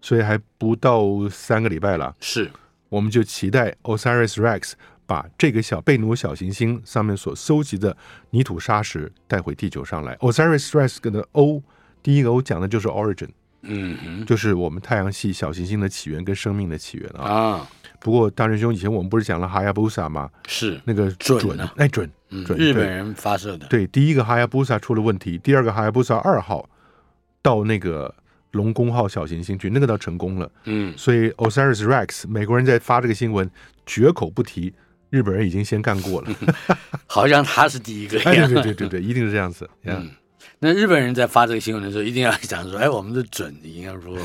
[SPEAKER 3] 所以还不到三个礼拜了，
[SPEAKER 2] 是，
[SPEAKER 3] 我们就期待 Osiris Rex 把这个小贝努小行星上面所收集的泥土沙石带回地球上来。Osiris Rex 的 O，第一个 O 讲的就是 origin，
[SPEAKER 2] 嗯哼，
[SPEAKER 3] 就是我们太阳系小行星的起源跟生命的起源啊。
[SPEAKER 2] 啊，
[SPEAKER 3] 不过大仁兄，以前我们不是讲了哈亚布萨吗？
[SPEAKER 2] 是，
[SPEAKER 3] 那个
[SPEAKER 2] 准
[SPEAKER 3] 准
[SPEAKER 2] 啊
[SPEAKER 3] 哎准
[SPEAKER 2] 嗯
[SPEAKER 3] 准
[SPEAKER 2] 日本人发射的，
[SPEAKER 3] 对，第一个哈亚布萨出了问题，第二个哈亚布萨二号到那个龙宫号小行星去，那个倒成功了。
[SPEAKER 2] 嗯，
[SPEAKER 3] 所以 Osiris Rex 美国人在发这个新闻，绝口不提，日本人已经先干过了。
[SPEAKER 2] 好像他是第一个
[SPEAKER 3] 哎，对
[SPEAKER 2] 一样。
[SPEAKER 3] 对对对对，一定是这样子。呀
[SPEAKER 2] 啊嗯那日本人在发这个新闻的时候，一定要讲说：“哎，我们是准的，应该说。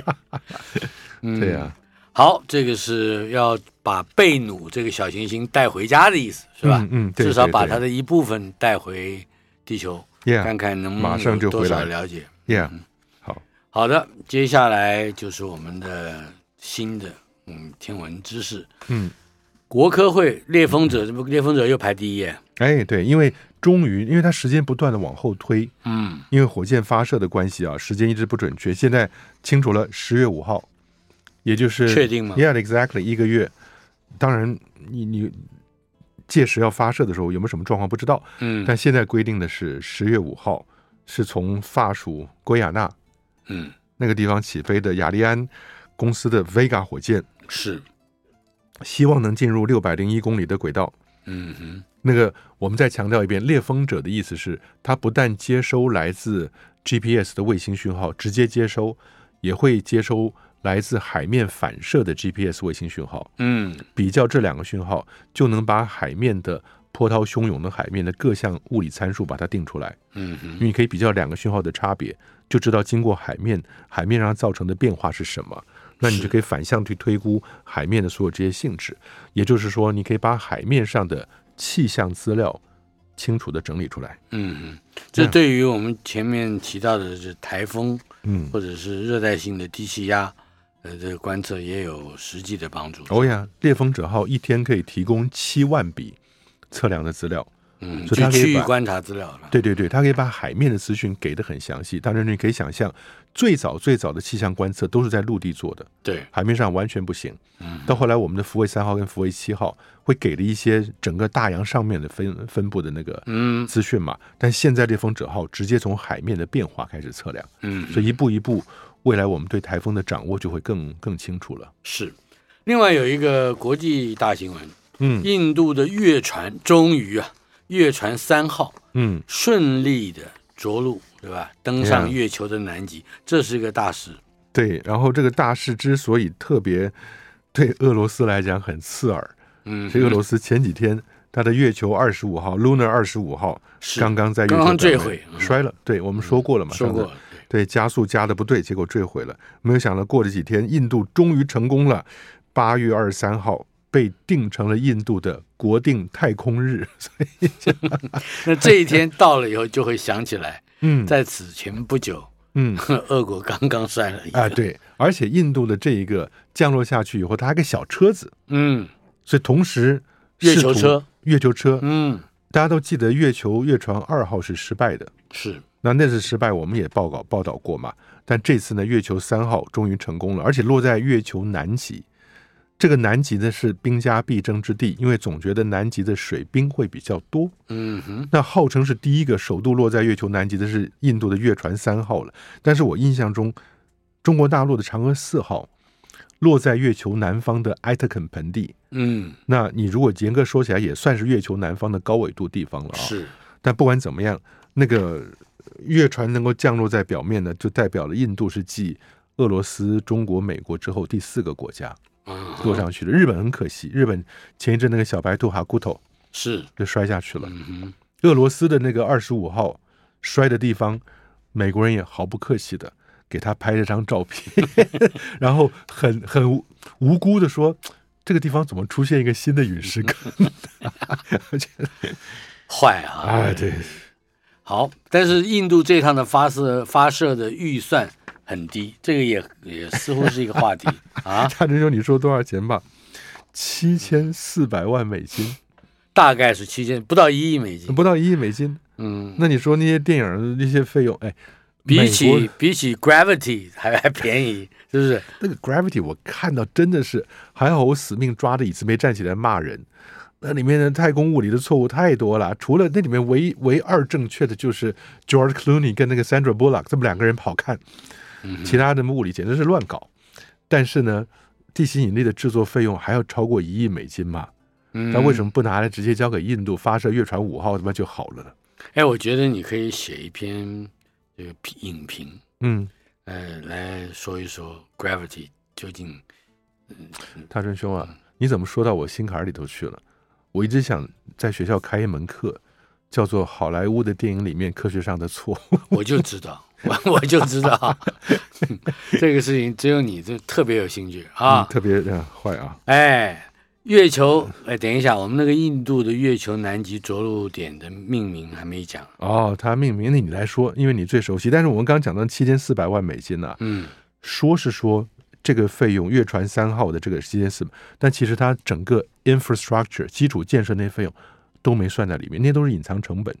[SPEAKER 2] 嗯
[SPEAKER 3] 对呀，
[SPEAKER 2] 好，这个是要把贝努这个小行星带回家的意思，是吧？
[SPEAKER 3] 嗯嗯对
[SPEAKER 2] 至少
[SPEAKER 3] 对
[SPEAKER 2] 把
[SPEAKER 3] 对
[SPEAKER 2] 它的一部分带回地球，看
[SPEAKER 3] ，Yeah
[SPEAKER 2] 看能不能
[SPEAKER 3] 马上就
[SPEAKER 2] 有多
[SPEAKER 3] 回来
[SPEAKER 2] 少了解。
[SPEAKER 3] Yeah，好，
[SPEAKER 2] 好的，接下来就是我们的新的嗯天文知识，
[SPEAKER 3] 嗯，
[SPEAKER 2] 国科会猎风者，这不猎风者又排第一耶，
[SPEAKER 3] 哎对，因为终于，因为它时间不断的往后推，
[SPEAKER 2] 嗯，
[SPEAKER 3] 因为火箭发射的关系啊，时间一直不准确。现在清楚了，十月五号，也就是
[SPEAKER 2] 嗯确定吗
[SPEAKER 3] ？Yeah，exactly，一个月。当然，你你届时要发射的时候有没有什么状况不知道，
[SPEAKER 2] 嗯
[SPEAKER 3] 但现在规定的是十月五号，是从法属圭亚那
[SPEAKER 2] 嗯
[SPEAKER 3] 那个地方起飞的雅利安公司的 Vega 火箭，
[SPEAKER 2] 是，
[SPEAKER 3] 希望能进入六百零一公里的轨道。
[SPEAKER 2] 嗯哼，
[SPEAKER 3] 那个，我们再强调一遍，猎风者的意思是，它不但接收来自 GPS 的卫星讯号，直接接收，也会接收来自海面反射的 GPS 卫星讯号。
[SPEAKER 2] 嗯
[SPEAKER 3] 比较这两个讯号，就能把海面的波涛汹涌的海面的各项物理参数把它定出来。
[SPEAKER 2] 嗯
[SPEAKER 3] 因
[SPEAKER 2] 哼，
[SPEAKER 3] 为你可以比较两个讯号的差别，就知道经过海面海面上造成的变化是什么。那你
[SPEAKER 2] 是
[SPEAKER 3] 就可以反向去推估海面的所有这些性质，也就是说，你可以把海面上的气象资料清楚的整理出来。
[SPEAKER 2] 嗯哼，
[SPEAKER 3] 这
[SPEAKER 2] 这
[SPEAKER 3] 样
[SPEAKER 2] 对于我们前面提到的是台风
[SPEAKER 3] 嗯，
[SPEAKER 2] 或者是热带性的低气压，呃，这个观测也有实际的帮助。
[SPEAKER 3] 哦呀，猎风者号一天可以提供七万笔测量的资料。
[SPEAKER 2] 嗯，
[SPEAKER 3] 所以它可
[SPEAKER 2] 就
[SPEAKER 3] 以
[SPEAKER 2] 区域
[SPEAKER 3] 把
[SPEAKER 2] 观察资料了。
[SPEAKER 3] 对对对，它可以把海面的资讯给的很详细。当然，你可以想象，最早最早的气象观测都是在陆地做的，
[SPEAKER 2] 对，
[SPEAKER 3] 海面上完全不行。
[SPEAKER 2] 嗯
[SPEAKER 3] 到后来，我们的福卫三号跟福卫七号会给了一些整个大洋上面的分分布的那个
[SPEAKER 2] 嗯
[SPEAKER 3] 资讯嘛，但现在猎风者号直接从海面的变化开始测量，
[SPEAKER 2] 嗯，
[SPEAKER 3] 所以一步一步，未来我们对台风的掌握就会更更清楚了。
[SPEAKER 2] 是。另外有一个国际大新闻，
[SPEAKER 3] 嗯
[SPEAKER 2] 印度的月船终于啊，月船三号
[SPEAKER 3] 嗯，
[SPEAKER 2] 顺利的着陆，对吧？登上
[SPEAKER 3] Yeah
[SPEAKER 2] 月球的南极，这是一个大事。
[SPEAKER 3] 对。然后这个大事之所以特别对俄罗斯来讲很刺耳，
[SPEAKER 2] 嗯，
[SPEAKER 3] 是俄罗斯前几天它的月球二十五号 （Lunar 二十五号）
[SPEAKER 2] 是
[SPEAKER 3] 刚刚在月球
[SPEAKER 2] 刚刚
[SPEAKER 3] 表面
[SPEAKER 2] 坠毁嗯嗯
[SPEAKER 3] 摔了。对，我们说过了嘛，
[SPEAKER 2] 说
[SPEAKER 3] 上次
[SPEAKER 2] 过了，对
[SPEAKER 3] 对，加速加的不对，结果坠毁了。没有想到，过了几天，印度终于成功了。八月二十三号被定成了印度的国定太空日。
[SPEAKER 2] 那这一天到了以后，就会想起来，
[SPEAKER 3] 嗯
[SPEAKER 2] 在此前不久，
[SPEAKER 3] 嗯
[SPEAKER 2] 俄国刚刚摔了一个，
[SPEAKER 3] 啊，对，而且印度的这一个降落下去以后，它还有个小车子，
[SPEAKER 2] 嗯
[SPEAKER 3] 所以同时
[SPEAKER 2] 月
[SPEAKER 3] 试
[SPEAKER 2] 球
[SPEAKER 3] 图
[SPEAKER 2] 车，
[SPEAKER 3] 月球车，
[SPEAKER 2] 嗯，
[SPEAKER 3] 大家都记得月球月船二号是失败的。
[SPEAKER 2] 是，
[SPEAKER 3] 那那次失败我们也报告报道过嘛，但这次呢，月球三号终于成功了，而且落在月球南极，这个南极呢是兵家必争之地，因为总觉得南极的水冰会比较多。
[SPEAKER 2] 嗯哼，
[SPEAKER 3] 那号称是第一个首度落在月球南极的是印度的月船三号了，但是我印象中，中国大陆的嫦娥四号落在月球南方的埃特肯盆地。
[SPEAKER 2] 嗯，
[SPEAKER 3] 那你如果严格说起来，也算是月球南方的高纬度地方了啊、
[SPEAKER 2] 是，
[SPEAKER 3] 但不管怎么样，那个月船能够降落在表面呢，就代表了印度是继俄罗斯、中国、美国之后第四个国家
[SPEAKER 2] 嗯，
[SPEAKER 3] 落上去的。日本很可惜，日本前一阵那个小白兔哈骨头
[SPEAKER 2] 是，
[SPEAKER 3] 就摔下去了。
[SPEAKER 2] 嗯哼，
[SPEAKER 3] 俄罗斯的那个二十五号摔的地方，美国人也毫不客气的给他拍了张照片， 然后很很无无辜的说。这个地方怎么出现一个新的陨石坑？
[SPEAKER 2] 坏啊！
[SPEAKER 3] 哎，对，
[SPEAKER 2] 好，但是印度这趟的发射发射的预算很低，这个也也似乎是一个话题啊，
[SPEAKER 3] 差点说你说多少钱吧？七千四百万美金，
[SPEAKER 2] 大概是七千不到一亿美金。
[SPEAKER 3] 不到一亿美金。
[SPEAKER 2] 嗯，
[SPEAKER 3] 那你说那些电影儿那些费用，哎，
[SPEAKER 2] 比
[SPEAKER 3] 美
[SPEAKER 2] 起
[SPEAKER 3] 国
[SPEAKER 2] 比起 Gravity 还还便宜，是不是？
[SPEAKER 3] 那个 Gravity，我看到真的是还好，我死命抓着椅子没站起来骂人。那里面的太空物理的错误太多了，除了那里面唯一唯二正确的就是 George Clooney 跟那个 Sandra Bullock 这么两个人好看，其他的物理简直是乱搞。但是呢，地心引力的制作费用还要超过一亿美金嘛？
[SPEAKER 2] 嗯
[SPEAKER 3] 那为什么不拿来直接交给印度发射月船五号他妈就好了呢？
[SPEAKER 2] 哎，我觉得你可以写一篇这个评影评，
[SPEAKER 3] 嗯，
[SPEAKER 2] 呃，来说一说 Gravity 究竟呃
[SPEAKER 3] 大春兄啊，你怎么说到我心坎儿里头去了？我一直想在学校开一门课，叫做《好莱坞的电影里面科学上的错》。
[SPEAKER 2] 我就知道， 我我就知道， 这个事情只有你这特别有兴趣啊
[SPEAKER 3] 嗯！ 特别嗯坏啊！
[SPEAKER 2] 哎，月球，哎，等一下，我们那个印度的月球南极着陆点的命名还没讲，
[SPEAKER 3] 哦，他命名那你来说，因为你最熟悉。但是我们刚讲到七千四百万美金呢、
[SPEAKER 2] 嗯，
[SPEAKER 3] 说是说这个费用，月船三号的这个七千四，但其实它整个 infrastructure 基础建设那些费用都没算在里面，那都是隐藏成本。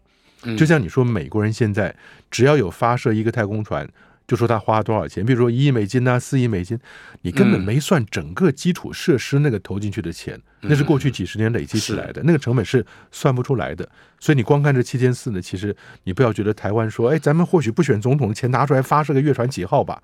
[SPEAKER 2] 嗯
[SPEAKER 3] 就像你说，美国人现在只要有发射一个太空船，就说他花了多少钱，比如说一亿美金呐、四亿美金，你根本
[SPEAKER 2] 嗯
[SPEAKER 3] 没算整个基础设施那个投进去的钱，那是过去几十年累积起来的，那个成本是算不出来的。所以你光看这七千四呢，其实你不要觉得台湾说，哎，咱们或许不选总统的钱拿出来发射个月船几号吧，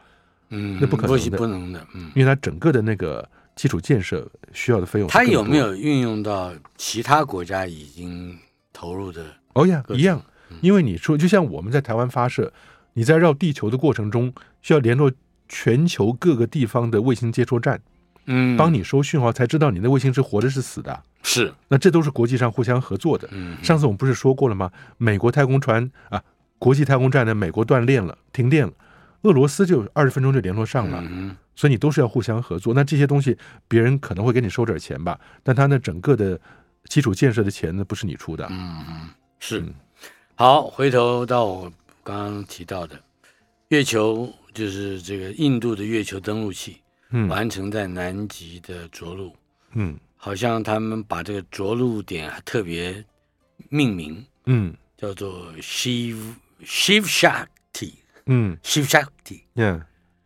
[SPEAKER 2] 嗯，
[SPEAKER 3] 那不可能的
[SPEAKER 2] 不行不能的，嗯，
[SPEAKER 3] 因为它整个的那个基础建设需要的费用，
[SPEAKER 2] 它有没？有运用到其他国家已经投入的？
[SPEAKER 3] 哦呀，
[SPEAKER 2] 各种嗯
[SPEAKER 3] 一样，因为你说，就像我们在台湾发射，你在绕地球的过程中，需要联络全球各个地方的卫星接收站，
[SPEAKER 2] 嗯，
[SPEAKER 3] 帮你收讯号，才知道你的卫星是活着是死的。
[SPEAKER 2] 是，
[SPEAKER 3] 那这都是国际上互相合作的。
[SPEAKER 2] 嗯
[SPEAKER 3] 上次我们不是说过了吗？美国太空船啊，国际太空站呢，美国断链了，停电了，俄罗斯就二十分钟就联络上了。
[SPEAKER 2] 嗯
[SPEAKER 3] 所以你都是要互相合作。那这些东西，别人可能会给你收点钱吧，但他那整个的基础建设的钱呢，不是你出的。
[SPEAKER 2] 嗯是
[SPEAKER 3] 嗯。
[SPEAKER 2] 好，回头到我刚刚提到的月球，就是这个印度的月球登陆器
[SPEAKER 3] 嗯
[SPEAKER 2] 完成在南极的着陆，
[SPEAKER 3] 嗯
[SPEAKER 2] 好像他们把这个着陆点还特别命名，
[SPEAKER 3] 嗯
[SPEAKER 2] 叫做 Shiv Shiv Shakti
[SPEAKER 3] 嗯
[SPEAKER 2] Shiv Shakti，
[SPEAKER 3] ，Yeah，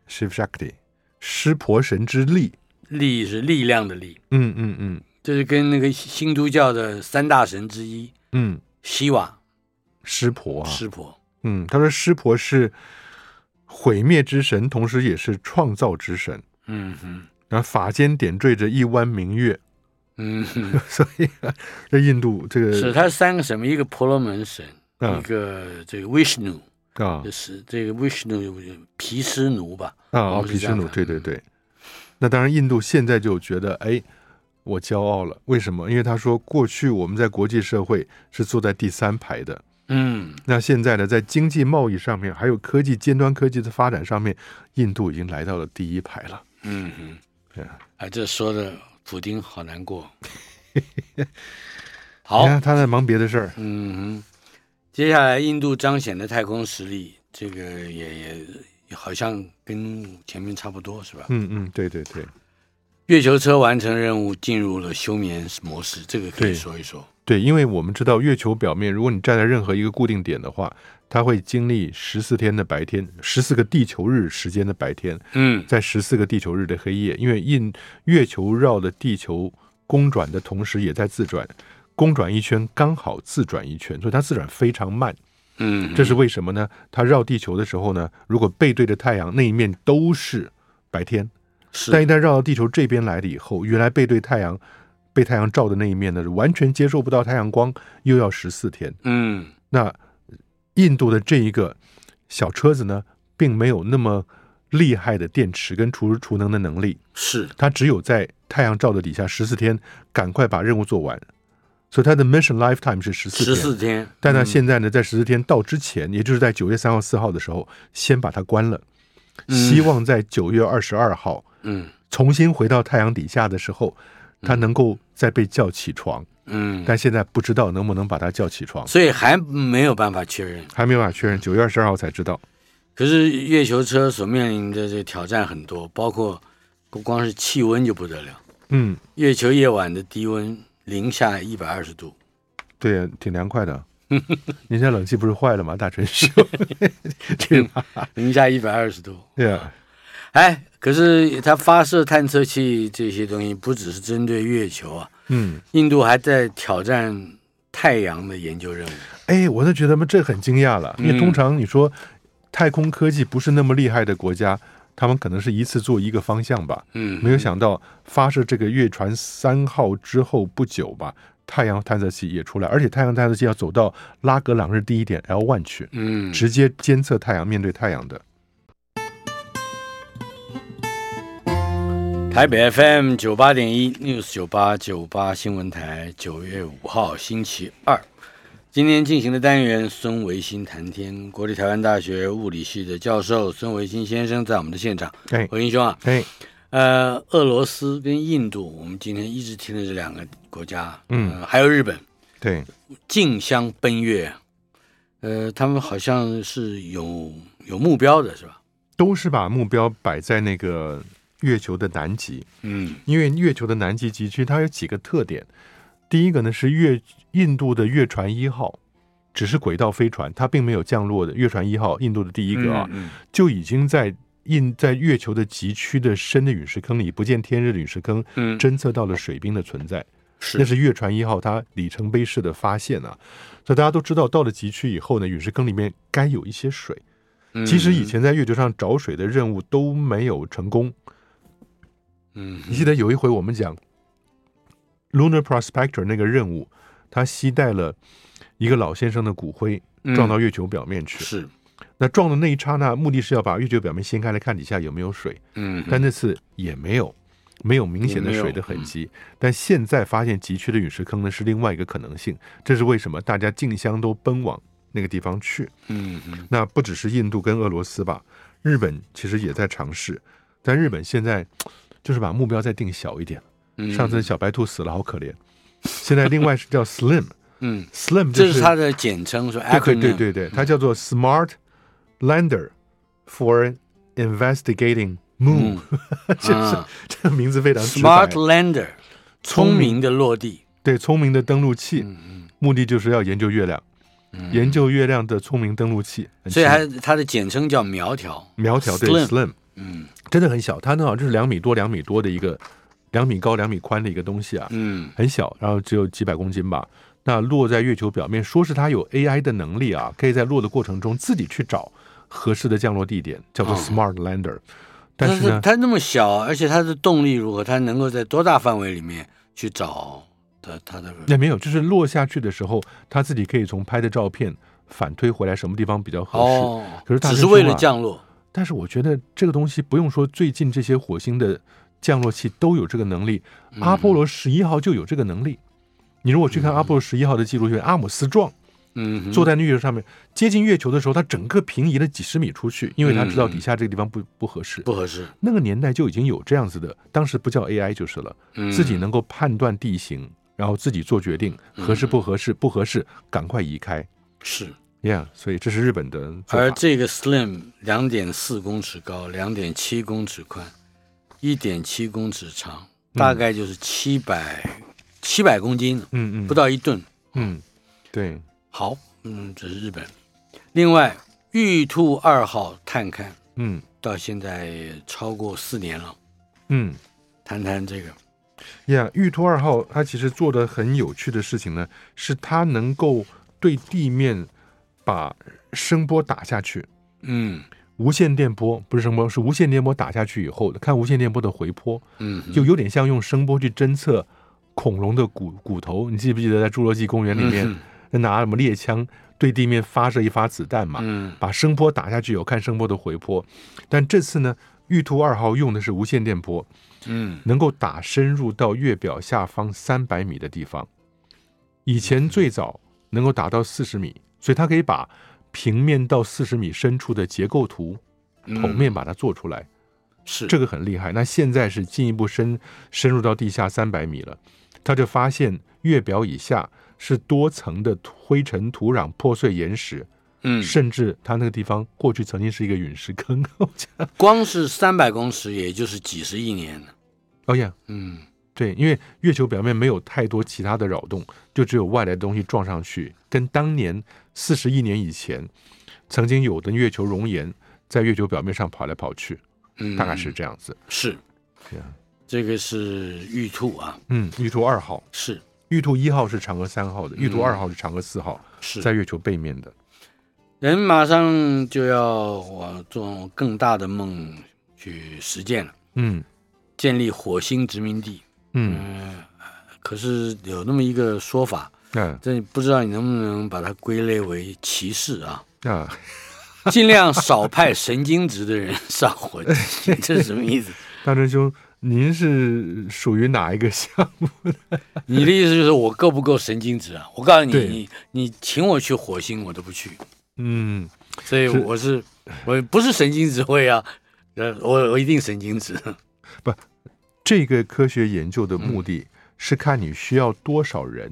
[SPEAKER 3] Shiv Shakti，湿婆神之力。
[SPEAKER 2] 力是力量的力，
[SPEAKER 3] 嗯嗯嗯
[SPEAKER 2] 这是跟那个新都教的三大神之一
[SPEAKER 3] 嗯，
[SPEAKER 2] 西瓦
[SPEAKER 3] 湿婆啊，
[SPEAKER 2] 湿婆，
[SPEAKER 3] 嗯，他说湿婆是毁灭之神，同时也是创造之神。
[SPEAKER 2] 嗯哼，
[SPEAKER 3] 然后法间点缀着一弯明月，
[SPEAKER 2] 嗯哼，
[SPEAKER 3] 所以啊这印度这
[SPEAKER 2] 是
[SPEAKER 3] 个
[SPEAKER 2] 它是三个什么？一个婆罗门神，
[SPEAKER 3] 嗯
[SPEAKER 2] 一个这个 Vishnu，
[SPEAKER 3] 啊
[SPEAKER 2] 就是这个 Vishnu 毗湿奴吧？
[SPEAKER 3] 啊，
[SPEAKER 2] 我
[SPEAKER 3] 奥
[SPEAKER 2] 们是
[SPEAKER 3] 皮
[SPEAKER 2] 这
[SPEAKER 3] 什
[SPEAKER 2] 样
[SPEAKER 3] 努，
[SPEAKER 2] 的嗯
[SPEAKER 3] 对对对。那当然，印度现在就觉得，哎，我骄傲了。为什么？因为他说，过去我们在国际社会是坐在第三排的，
[SPEAKER 2] 嗯，
[SPEAKER 3] 那现在呢，在经济贸易上面，还有科技尖端科技的发展上面，印度已经来到了第一排了。
[SPEAKER 2] 嗯哼，
[SPEAKER 3] 对啊
[SPEAKER 2] 啊，这说的普丁好难 过。
[SPEAKER 3] 你
[SPEAKER 2] 好，
[SPEAKER 3] 看他在忙别的事儿。
[SPEAKER 2] 嗯哼，接下来印度彰显的太空实力，这个也也好像跟前面差不多是吧？
[SPEAKER 3] 嗯嗯，对对对，
[SPEAKER 2] 月球车完成任务，进入了休眠模式，这个可以
[SPEAKER 3] 对
[SPEAKER 2] 说一说。
[SPEAKER 3] 对，因为我们知道月球表面，如果你站在任何一个固定点的话，它会经历十四天的白天，十四个地球日时间的白天，
[SPEAKER 2] 嗯
[SPEAKER 3] 在十四个地球日的黑夜，因为印月球绕着地球公转的同时，也在自转，公转一圈刚好自转一圈，所以它自转非常慢。
[SPEAKER 2] 嗯，
[SPEAKER 3] 这是为什么呢？它绕地球的时候呢，如果背对着太阳，那一面都是白天，但
[SPEAKER 2] 是
[SPEAKER 3] 一旦绕到地球这边来了以后，原来背对太阳。被太阳照的那一面呢，完全接受不到太阳光，又要十四天。
[SPEAKER 2] 嗯
[SPEAKER 3] 那印度的这一个小车子呢，并没有那么厉害的电池跟储储能的能力，
[SPEAKER 2] 是
[SPEAKER 3] 它只有在太阳照的底下十四天，赶快把任务做完。所以它的 mission lifetime 是十四
[SPEAKER 2] 十
[SPEAKER 3] 天，
[SPEAKER 2] 四天，
[SPEAKER 3] 但它
[SPEAKER 2] 嗯
[SPEAKER 3] 现在呢，在十四天到之前，也就是在九月三号、四号的时候，先把它关了，
[SPEAKER 2] 嗯
[SPEAKER 3] 希望在九月二十二号
[SPEAKER 2] 嗯
[SPEAKER 3] 重新回到太阳底下的时候，它能够再被叫起床。
[SPEAKER 2] 嗯，
[SPEAKER 3] 但现在不知道能不能把它叫起床，
[SPEAKER 2] 所以还没有办法确认。
[SPEAKER 3] 还没有办法确认，九月二十二号才知道。
[SPEAKER 2] 可是月球车所面临的这个挑战很多，包括不光是气温就不得了，
[SPEAKER 3] 嗯，
[SPEAKER 2] 月球夜晚的低温零下一百二十度，
[SPEAKER 3] 对呀，挺凉快 的。您家冷气不是坏了吗？大春兄， 对吧？
[SPEAKER 2] 零下一百二十度。
[SPEAKER 3] 对呀，
[SPEAKER 2] 哎，可是它发射探测器这些东西不只是针对月球啊，
[SPEAKER 3] 嗯，
[SPEAKER 2] 印度还在挑战太阳的研究任务。
[SPEAKER 3] 哎，我都觉得他们这很惊讶了，因为
[SPEAKER 2] 嗯
[SPEAKER 3] 通常你说太空科技不是那么厉害的国家，他们可能是一次做一个方向吧。
[SPEAKER 2] 嗯，
[SPEAKER 3] 没有想到发射这个月船三号之后不久吧，太阳探测器也出来，而且太阳探测器要走到拉格朗日第一点 L one 去，
[SPEAKER 2] 嗯，
[SPEAKER 3] 直接监测太阳，面对太阳的。
[SPEAKER 2] 台北 FM 九八点一 News 九八九八新闻台，九月五号星期二，今天进行的单元孙维新谈天，国立台湾大学物理系的教授孙维新先生在我们的现场。
[SPEAKER 3] 哎
[SPEAKER 2] 维新兄啊，
[SPEAKER 3] 哎，
[SPEAKER 2] 呃，俄罗斯跟印度，我们今天一直听的这两个国家，
[SPEAKER 3] 嗯
[SPEAKER 2] 呃还有日本，
[SPEAKER 3] 对，
[SPEAKER 2] 竞相奔月，呃，他们好像是有有目标的，是吧？
[SPEAKER 3] 都是把目标摆在那个月球的南极。
[SPEAKER 2] 嗯
[SPEAKER 3] 因为月球的南极极区它有几个特点，第一个呢是月印度的月船一号，只是轨道飞船，它并没有降落的。月船一号，印度的第一个啊，
[SPEAKER 2] 嗯
[SPEAKER 3] 就已经在印在月球的极区的深的陨石坑里，不见天日的陨石坑，
[SPEAKER 2] 嗯，
[SPEAKER 3] 侦测到了水冰的存在。
[SPEAKER 2] 是
[SPEAKER 3] 那是月船一号它里程碑式的发现啊，所以大家都知道，到了极区以后呢，陨石坑里面该有一些水。
[SPEAKER 2] 嗯
[SPEAKER 3] 其实以前在月球上找水的任务都没有成功，
[SPEAKER 2] 嗯
[SPEAKER 3] 你记得有一回我们讲 Lunar Prospector 那个任务，他携带了一个老先生的骨灰撞到月球表面去。
[SPEAKER 2] 嗯是
[SPEAKER 3] 那撞的那一刹那，目的是要把月球表面掀开来看底下有没有水，
[SPEAKER 2] 嗯
[SPEAKER 3] 但那次也没有，没有明显的水的痕迹。但现在发现极区的陨石坑呢是另外一个可能性，这是为什么大家竞相都奔往那个地方去。
[SPEAKER 2] 嗯嗯
[SPEAKER 3] 那不只是印度跟俄罗斯吧，日本其实也在尝试，但日本现在就是把目标再定小一点。
[SPEAKER 2] 嗯
[SPEAKER 3] 上次小白兔死了，好可怜。现在另外是叫 Slim，Slim
[SPEAKER 2] 嗯，
[SPEAKER 3] 就
[SPEAKER 2] 这是它的简称，说
[SPEAKER 3] 对对
[SPEAKER 2] acronym，嗯
[SPEAKER 3] 对对对，它叫做 Smart Lander for Investigating Moon，、
[SPEAKER 2] 啊
[SPEAKER 3] 这个名字非常直白
[SPEAKER 2] ，smart lander，聪
[SPEAKER 3] 聪
[SPEAKER 2] 明
[SPEAKER 3] 明
[SPEAKER 2] 的落地，
[SPEAKER 3] 对，聪明的登陆器，
[SPEAKER 2] 嗯
[SPEAKER 3] 目的就是要研究月亮，
[SPEAKER 2] 嗯
[SPEAKER 3] 研究月亮的聪明登陆器，很
[SPEAKER 2] 嗯，所以
[SPEAKER 3] 新
[SPEAKER 2] 它它的简称叫苗条，
[SPEAKER 3] 苗条对
[SPEAKER 2] Slim
[SPEAKER 3] Slim
[SPEAKER 2] 嗯
[SPEAKER 3] 真的很小，它那好像就是两米多两米多的一个，两米高两米宽的一个东西啊，
[SPEAKER 2] 嗯
[SPEAKER 3] 很小，然后只有几百公斤吧。那落在月球表面，说是它有 AI 的能力啊，可以在落的过程中自己去找合适的降落地点，叫做
[SPEAKER 2] 哦
[SPEAKER 3] Smart Lander。但是呢，
[SPEAKER 2] 它那么小，而且它的动力如何？它能够在多大范围里面去找它它的？
[SPEAKER 3] 也没有，就是落下去的时候，它自己可以从拍的照片反推回来什么地方比较合适。
[SPEAKER 2] 哦，
[SPEAKER 3] 可是大
[SPEAKER 2] 只
[SPEAKER 3] 师
[SPEAKER 2] 是
[SPEAKER 3] 兄啊
[SPEAKER 2] 为了降落，
[SPEAKER 3] 但是我觉得这个东西不用说，最近这些火星的降落器都有这个能力，
[SPEAKER 2] 嗯
[SPEAKER 3] 阿波罗十一号就有这个能力。你如果去看阿波罗十一号的记录，就是阿姆斯壮。
[SPEAKER 2] 嗯，
[SPEAKER 3] 坐
[SPEAKER 2] 的
[SPEAKER 3] 在那月球上面，接近月球的时候，它整个平移了几十米出去，因为它
[SPEAKER 2] 嗯
[SPEAKER 3] 知道底下这个地方不不合适。
[SPEAKER 2] 不合适，
[SPEAKER 3] 那个年代就已经有这样子的，当时不叫 AI 就是了，
[SPEAKER 2] 嗯
[SPEAKER 3] 自己能够判断地形，然后自己做决定，
[SPEAKER 2] 嗯
[SPEAKER 3] 合适不合适，不合适赶快移开。
[SPEAKER 2] 是。
[SPEAKER 3] Yeah，所以这是日本的做
[SPEAKER 2] 而
[SPEAKER 3] 法。
[SPEAKER 2] 这个 Slim 两点四公尺高，两点七公尺宽，一点七
[SPEAKER 3] 嗯
[SPEAKER 2] 公尺长，大概就是七百七百公斤，
[SPEAKER 3] 嗯嗯，
[SPEAKER 2] 不到一吨。
[SPEAKER 3] 嗯，对，
[SPEAKER 2] 好，嗯，这是日本。另外，玉兔二号探勘
[SPEAKER 3] 嗯
[SPEAKER 2] 到现在超过四年了，
[SPEAKER 3] 嗯。
[SPEAKER 2] 谈谈这个，
[SPEAKER 3] 呀，玉兔二号它其实做的很有趣的事情呢，是它能够对地面把声波打下去，
[SPEAKER 2] 嗯
[SPEAKER 3] 无线电波不是声波，是无线电波打下去以后，看无线电波的回波，
[SPEAKER 2] 嗯，
[SPEAKER 3] 就有点像用声波去侦测恐龙的骨骨头。你记不记得在侏罗纪公园里面
[SPEAKER 2] 嗯，
[SPEAKER 3] 拿什么猎枪对地面发射一发子弹嘛？
[SPEAKER 2] 嗯
[SPEAKER 3] 把声波打下去以后，看声波的回波。但这次呢，玉兔二号用的是无线电波，
[SPEAKER 2] 嗯
[SPEAKER 3] 能够打深入到月表下方三百米的地方。以前最早能够打到四十米，所以它可以把平面到四十米深处的结构图
[SPEAKER 2] 嗯，
[SPEAKER 3] 剖面把它做出来，
[SPEAKER 2] 是
[SPEAKER 3] 这
[SPEAKER 2] 个，
[SPEAKER 3] 个很厉害。那现在是进一步深深入到地下三百米了，他就发现月表以下是多层的灰尘、土壤、破碎岩石，
[SPEAKER 2] 嗯，
[SPEAKER 3] 甚至它那个地方过去曾经是一个陨石坑。
[SPEAKER 2] 光是三百公尺，也就是几十亿年了，
[SPEAKER 3] 哦呀，
[SPEAKER 2] 嗯，
[SPEAKER 3] 对，因为月球表面没有太多其他的扰动，就只有外来的东西撞上去，跟当年四十亿年以前曾经有的月球熔岩在月球表面上跑来跑去，
[SPEAKER 2] 嗯
[SPEAKER 3] 大概是这样子。
[SPEAKER 2] 是
[SPEAKER 3] 对啊，
[SPEAKER 2] 这个是玉兔啊，
[SPEAKER 3] 嗯，玉兔二号，
[SPEAKER 2] 是
[SPEAKER 3] 玉兔一号是嫦娥三号的，玉兔
[SPEAKER 2] 嗯
[SPEAKER 3] 二号是嫦娥四号，
[SPEAKER 2] 是，
[SPEAKER 3] 在月球背面的。
[SPEAKER 2] 人马上就要往做更大的梦去实践了，
[SPEAKER 3] 嗯
[SPEAKER 2] 建立火星殖民地。
[SPEAKER 3] 嗯
[SPEAKER 2] 可是有那么一个说法，
[SPEAKER 3] 嗯
[SPEAKER 2] 这不知道你能不能把它归类为歧 视啊？
[SPEAKER 3] 啊，
[SPEAKER 2] 尽量少派神经质的人上火星，这是什么 意思？
[SPEAKER 3] 大真兄，您是属于哪一个项目？
[SPEAKER 2] 你的意思就是我够不够神经质啊？我告诉你，
[SPEAKER 3] 对
[SPEAKER 2] 你你请我去火星，我都不去。
[SPEAKER 3] 嗯，
[SPEAKER 2] 所以
[SPEAKER 3] 是
[SPEAKER 2] 我是我不是神经质会啊，呃，我我一定神经质。
[SPEAKER 3] 这个科学研究的目的是看你需要多少人，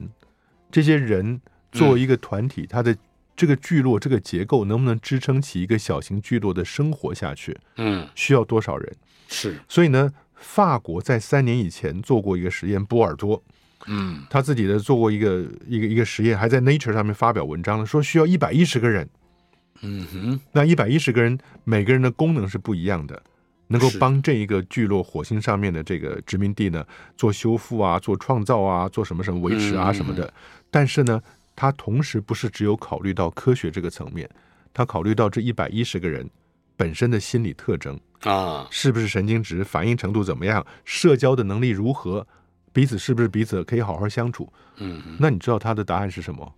[SPEAKER 3] 这些人作为一个团体，它的这个聚落、这个结构能不能支撑起一个小型聚落的生活下去，
[SPEAKER 2] 嗯，
[SPEAKER 3] 需要多少人？
[SPEAKER 2] 是，
[SPEAKER 3] 所以呢，法国在三年以前做过一个实验，波尔多
[SPEAKER 2] 嗯
[SPEAKER 3] 他自己的做过一个一个一个实验，还在 Nature 上面发表文章了，说需要一百一十个人。
[SPEAKER 2] 嗯哼，
[SPEAKER 3] 那一百一十个人，每个人的功能是不一样的，能够
[SPEAKER 2] 是
[SPEAKER 3] 帮这一个聚落火星上面的这个殖民地呢做修复啊、做创造啊、做什么什么维持啊
[SPEAKER 2] 嗯
[SPEAKER 3] 什么的。但是呢，它同时不是只有考虑到科学这个层面，它考虑到这一百一十个人本身的心理特征，
[SPEAKER 2] 啊，
[SPEAKER 3] 是不是神经质，反应程度怎么样，社交的能力如何，彼此是不是彼此可以好好相处。
[SPEAKER 2] 嗯哼，
[SPEAKER 3] 那你知道他的答案是什么？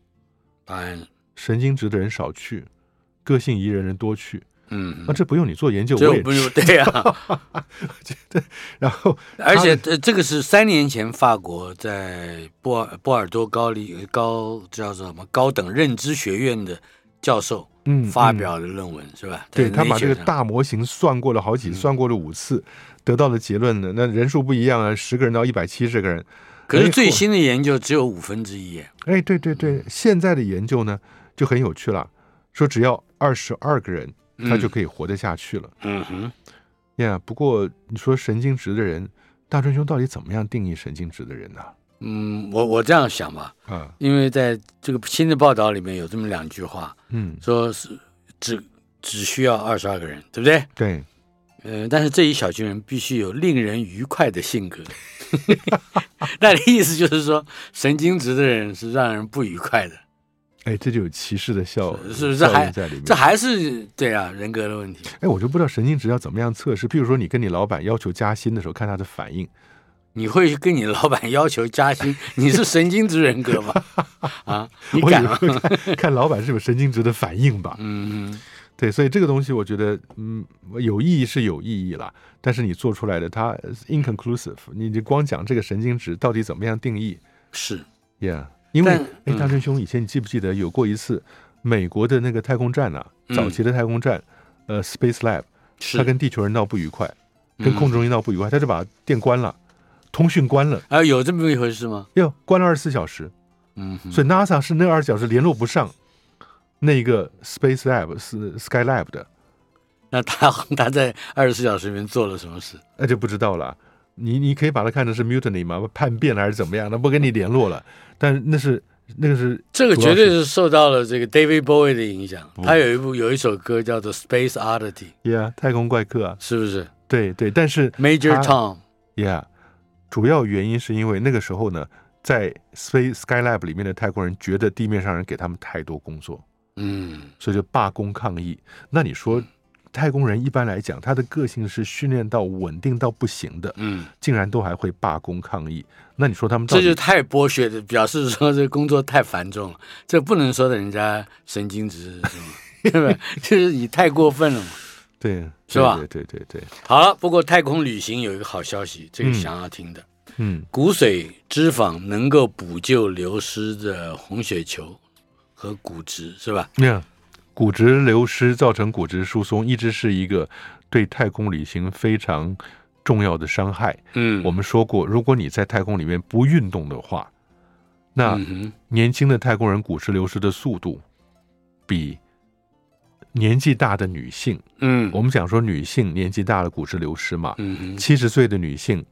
[SPEAKER 2] 答案，
[SPEAKER 3] 神经质的人少去，个性宜人的人多去。
[SPEAKER 2] 嗯
[SPEAKER 3] 那、
[SPEAKER 2] 哼，
[SPEAKER 3] 这不用你做研究，
[SPEAKER 2] 这
[SPEAKER 3] 我也
[SPEAKER 2] 我 不是对啊，
[SPEAKER 3] 然后
[SPEAKER 2] 而且这这个是三年前法国在波尔波尔多高里高叫做什么高等认知学院的教授
[SPEAKER 3] 嗯
[SPEAKER 2] 发，表的论文、是吧？
[SPEAKER 3] 嗯对
[SPEAKER 2] 在
[SPEAKER 3] 他把这个
[SPEAKER 2] Nature 上
[SPEAKER 3] 大模型算过了好
[SPEAKER 2] 嗯
[SPEAKER 3] 几，算过了五次，得到的结论呢，那人数不一样啊，十个人到一百七十个人。
[SPEAKER 2] 可是最
[SPEAKER 3] 哎
[SPEAKER 2] 新的嗯研究只有五分之一耶，
[SPEAKER 3] 哎，对对对，现在的研究呢就很有趣了，说只要二十二个人，他就可以活得下去了。
[SPEAKER 2] 嗯哼，
[SPEAKER 3] 呀、不过你说神经质的人，大春兄到底怎么样定义神经质的人呢、
[SPEAKER 2] 嗯，我我这样想吧，
[SPEAKER 3] 啊？
[SPEAKER 2] 因为在这个新的报道里面有这么两句话，
[SPEAKER 3] 嗯，
[SPEAKER 2] 说是只只需要二十二个人，对不对？
[SPEAKER 3] 对，
[SPEAKER 2] 呃，但是这一小群人必须有令人愉快的性格。 那你意思就是说，神经质的人是让人不愉快的，
[SPEAKER 3] 哎，这就有歧视的效，
[SPEAKER 2] 是不是
[SPEAKER 3] 效
[SPEAKER 2] 还
[SPEAKER 3] 应在里面。
[SPEAKER 2] 这还是对啊，人格的问题。
[SPEAKER 3] 哎，我就不知道神经质要怎么样测试。譬如说，你跟你老板要求加薪的时候，看他的反应。
[SPEAKER 2] 你会跟你老板要求加薪，你是神经质人格吗？ 啊，你
[SPEAKER 3] 我
[SPEAKER 2] 敢
[SPEAKER 3] 也
[SPEAKER 2] 吗？
[SPEAKER 3] 会 看看老板是不是神经质的反应吧。
[SPEAKER 2] 嗯嗯
[SPEAKER 3] 对，所以这个东西我觉得，嗯，有意义是有意义啦，但是你做出来的它呃 inconclusive，你就光讲这个神经质到底怎么样定义
[SPEAKER 2] 是，
[SPEAKER 3] ，yeah，因为
[SPEAKER 2] 但
[SPEAKER 3] 哎，
[SPEAKER 2] 嗯
[SPEAKER 3] 大真兄，以前你记不记得有过一次美国的那个太空站啊，早
[SPEAKER 2] 嗯
[SPEAKER 3] 期的太空站，呃，Space Lab，
[SPEAKER 2] 是嗯
[SPEAKER 3] 他跟地球人闹不愉快，跟空中人闹不愉快，他就把电关了，通讯关了，
[SPEAKER 2] 啊，有这么一回事吗？
[SPEAKER 3] 哟，关了二十四小时，
[SPEAKER 2] 嗯哼，
[SPEAKER 3] 所以 NASA 是那二十小时联络不上那个 Space Lab 是 Skylab 的，
[SPEAKER 2] 那他 他在二十四小时里面做了什么事？
[SPEAKER 3] 那哎就不知道了。你你可以把它看成是 mutiny 嘛，叛变还是怎么样的，不跟你联络了。但那是那个是
[SPEAKER 2] 这个
[SPEAKER 3] 主要
[SPEAKER 2] 绝
[SPEAKER 3] 是哦
[SPEAKER 2] 对是受到了这个 David Bowie 的影响。
[SPEAKER 3] 不
[SPEAKER 2] 他有一部有一首歌叫做《Space Oddity》，
[SPEAKER 3] ，Yeah，太空怪客啊，
[SPEAKER 2] 是不是
[SPEAKER 3] 对对，但是
[SPEAKER 2] ？Major
[SPEAKER 3] 他
[SPEAKER 2] Tom，
[SPEAKER 3] Yeah，主要原因是因为那个时候呢，在 Space Skylab 里面的泰国人觉得地面上人给他们太多工作，
[SPEAKER 2] 嗯，
[SPEAKER 3] 所以就罢工抗议。那你说，太空人一般来讲，他的个性是训练到稳定到不行的，
[SPEAKER 2] 嗯，
[SPEAKER 3] 竟然都还会罢工抗议。那你说他们到
[SPEAKER 2] 这
[SPEAKER 3] 底
[SPEAKER 2] 就太剥削的，表示说这工作太繁重了，这不能说的人家神经质 是吗？对吧？就是你太过分了嘛。
[SPEAKER 3] 对
[SPEAKER 2] 是吧
[SPEAKER 3] 对对对对，对
[SPEAKER 2] 好了，不过太空旅行有一个好消息，这个
[SPEAKER 3] 嗯
[SPEAKER 2] 想要听的，
[SPEAKER 3] 嗯，
[SPEAKER 2] 骨髓、脂肪能够补救流失的红血球和骨质，是吧？
[SPEAKER 3] 那、骨质流失造成骨质疏松，一直是一个对太空旅行非常重要的伤害。
[SPEAKER 2] 嗯
[SPEAKER 3] 我们说过，如果你在太空里面不运动的话，那
[SPEAKER 2] 嗯哼
[SPEAKER 3] 年轻的太空人骨质流失的速度比年纪大的女性，
[SPEAKER 2] 嗯
[SPEAKER 3] 我们讲说女性年纪大了骨质流失嘛，
[SPEAKER 2] 嗯哼
[SPEAKER 3] 七十岁的女性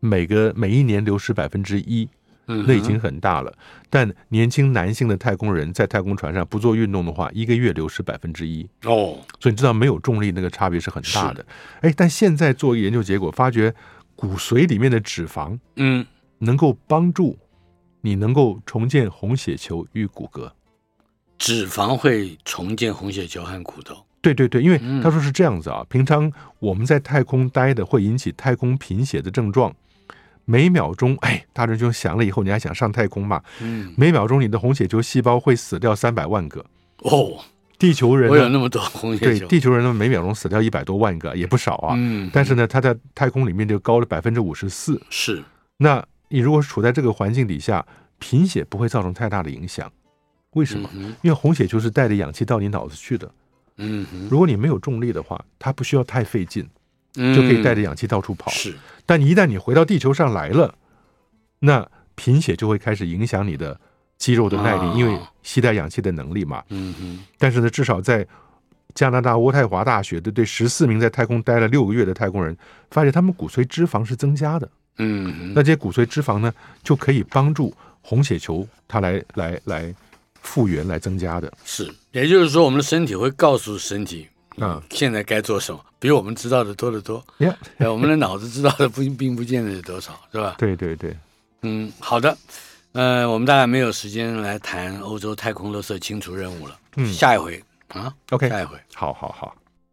[SPEAKER 3] 每个每一年流失百分之一，
[SPEAKER 2] 嗯哼
[SPEAKER 3] 那已经很大了。但年轻男性的太空人在太空船上不做运动的话，一个月流失百分之一。
[SPEAKER 2] 哦，
[SPEAKER 3] 所以你知道没有重力那个差别是很大的。哎，但现在做研究结果发觉，骨髓里面的脂肪
[SPEAKER 2] 嗯，
[SPEAKER 3] 能够帮助你能够重建红血球与骨骼。
[SPEAKER 2] 脂肪会重建红血球和骨头。
[SPEAKER 3] 对对对，因为
[SPEAKER 2] 嗯
[SPEAKER 3] 他说是这样子啊，平常我们在太空待的会引起太空贫血的症状。每秒钟，哎，大壮兄想了以后，你还想上太空吗？
[SPEAKER 2] 嗯，
[SPEAKER 3] 每秒钟你的红血球细胞会死掉三百万个，
[SPEAKER 2] 哦，
[SPEAKER 3] 地球人
[SPEAKER 2] 我有
[SPEAKER 3] 呢
[SPEAKER 2] 那么多红血
[SPEAKER 3] 对
[SPEAKER 2] 球。
[SPEAKER 3] 地球人呢每秒钟死掉一百多万个，也不少啊。
[SPEAKER 2] 嗯，
[SPEAKER 3] 但是呢，它在太空里面就高了百分之五十四。
[SPEAKER 2] 是
[SPEAKER 3] 那你如果处在这个环境底下，贫血不会造成太大的影响。为什么？
[SPEAKER 2] 嗯哼
[SPEAKER 3] 因为红血球是带着氧气到你脑子去的。
[SPEAKER 2] 嗯哼，
[SPEAKER 3] 如果你没有重力的话，它不需要太费劲，
[SPEAKER 2] 嗯
[SPEAKER 3] 就可以带着氧气到处跑。
[SPEAKER 2] 是
[SPEAKER 3] 但一旦你回到地球上来了，那贫血就会开始影响你的肌肉的耐力，
[SPEAKER 2] 啊
[SPEAKER 3] 因为吸带氧气的能力嘛。
[SPEAKER 2] 嗯哼
[SPEAKER 3] 但是呢，至少在加拿大渥太华大学的对十四名在太空待了六个月的太空人，发现他们骨髓脂肪是增加的。
[SPEAKER 2] 嗯
[SPEAKER 3] 那
[SPEAKER 2] 哼，
[SPEAKER 3] 这些骨髓脂肪呢，就可以帮助红血球它来来来复原、来增加的。
[SPEAKER 2] 是，也就是说，我们的身体会告诉身体
[SPEAKER 3] 啊，
[SPEAKER 2] 现在该做什么，比我们知道的多得多。
[SPEAKER 3] 呀、
[SPEAKER 2] 哎，我们的脑子知道的不并不见得有多少，是吧？
[SPEAKER 3] 对对对，
[SPEAKER 2] 嗯，好的。呃，我们大概没有时间来谈欧洲太空垃圾清除任务了。
[SPEAKER 3] 嗯
[SPEAKER 2] 下一回啊
[SPEAKER 3] ，OK，
[SPEAKER 2] 下一回。
[SPEAKER 3] 好好好，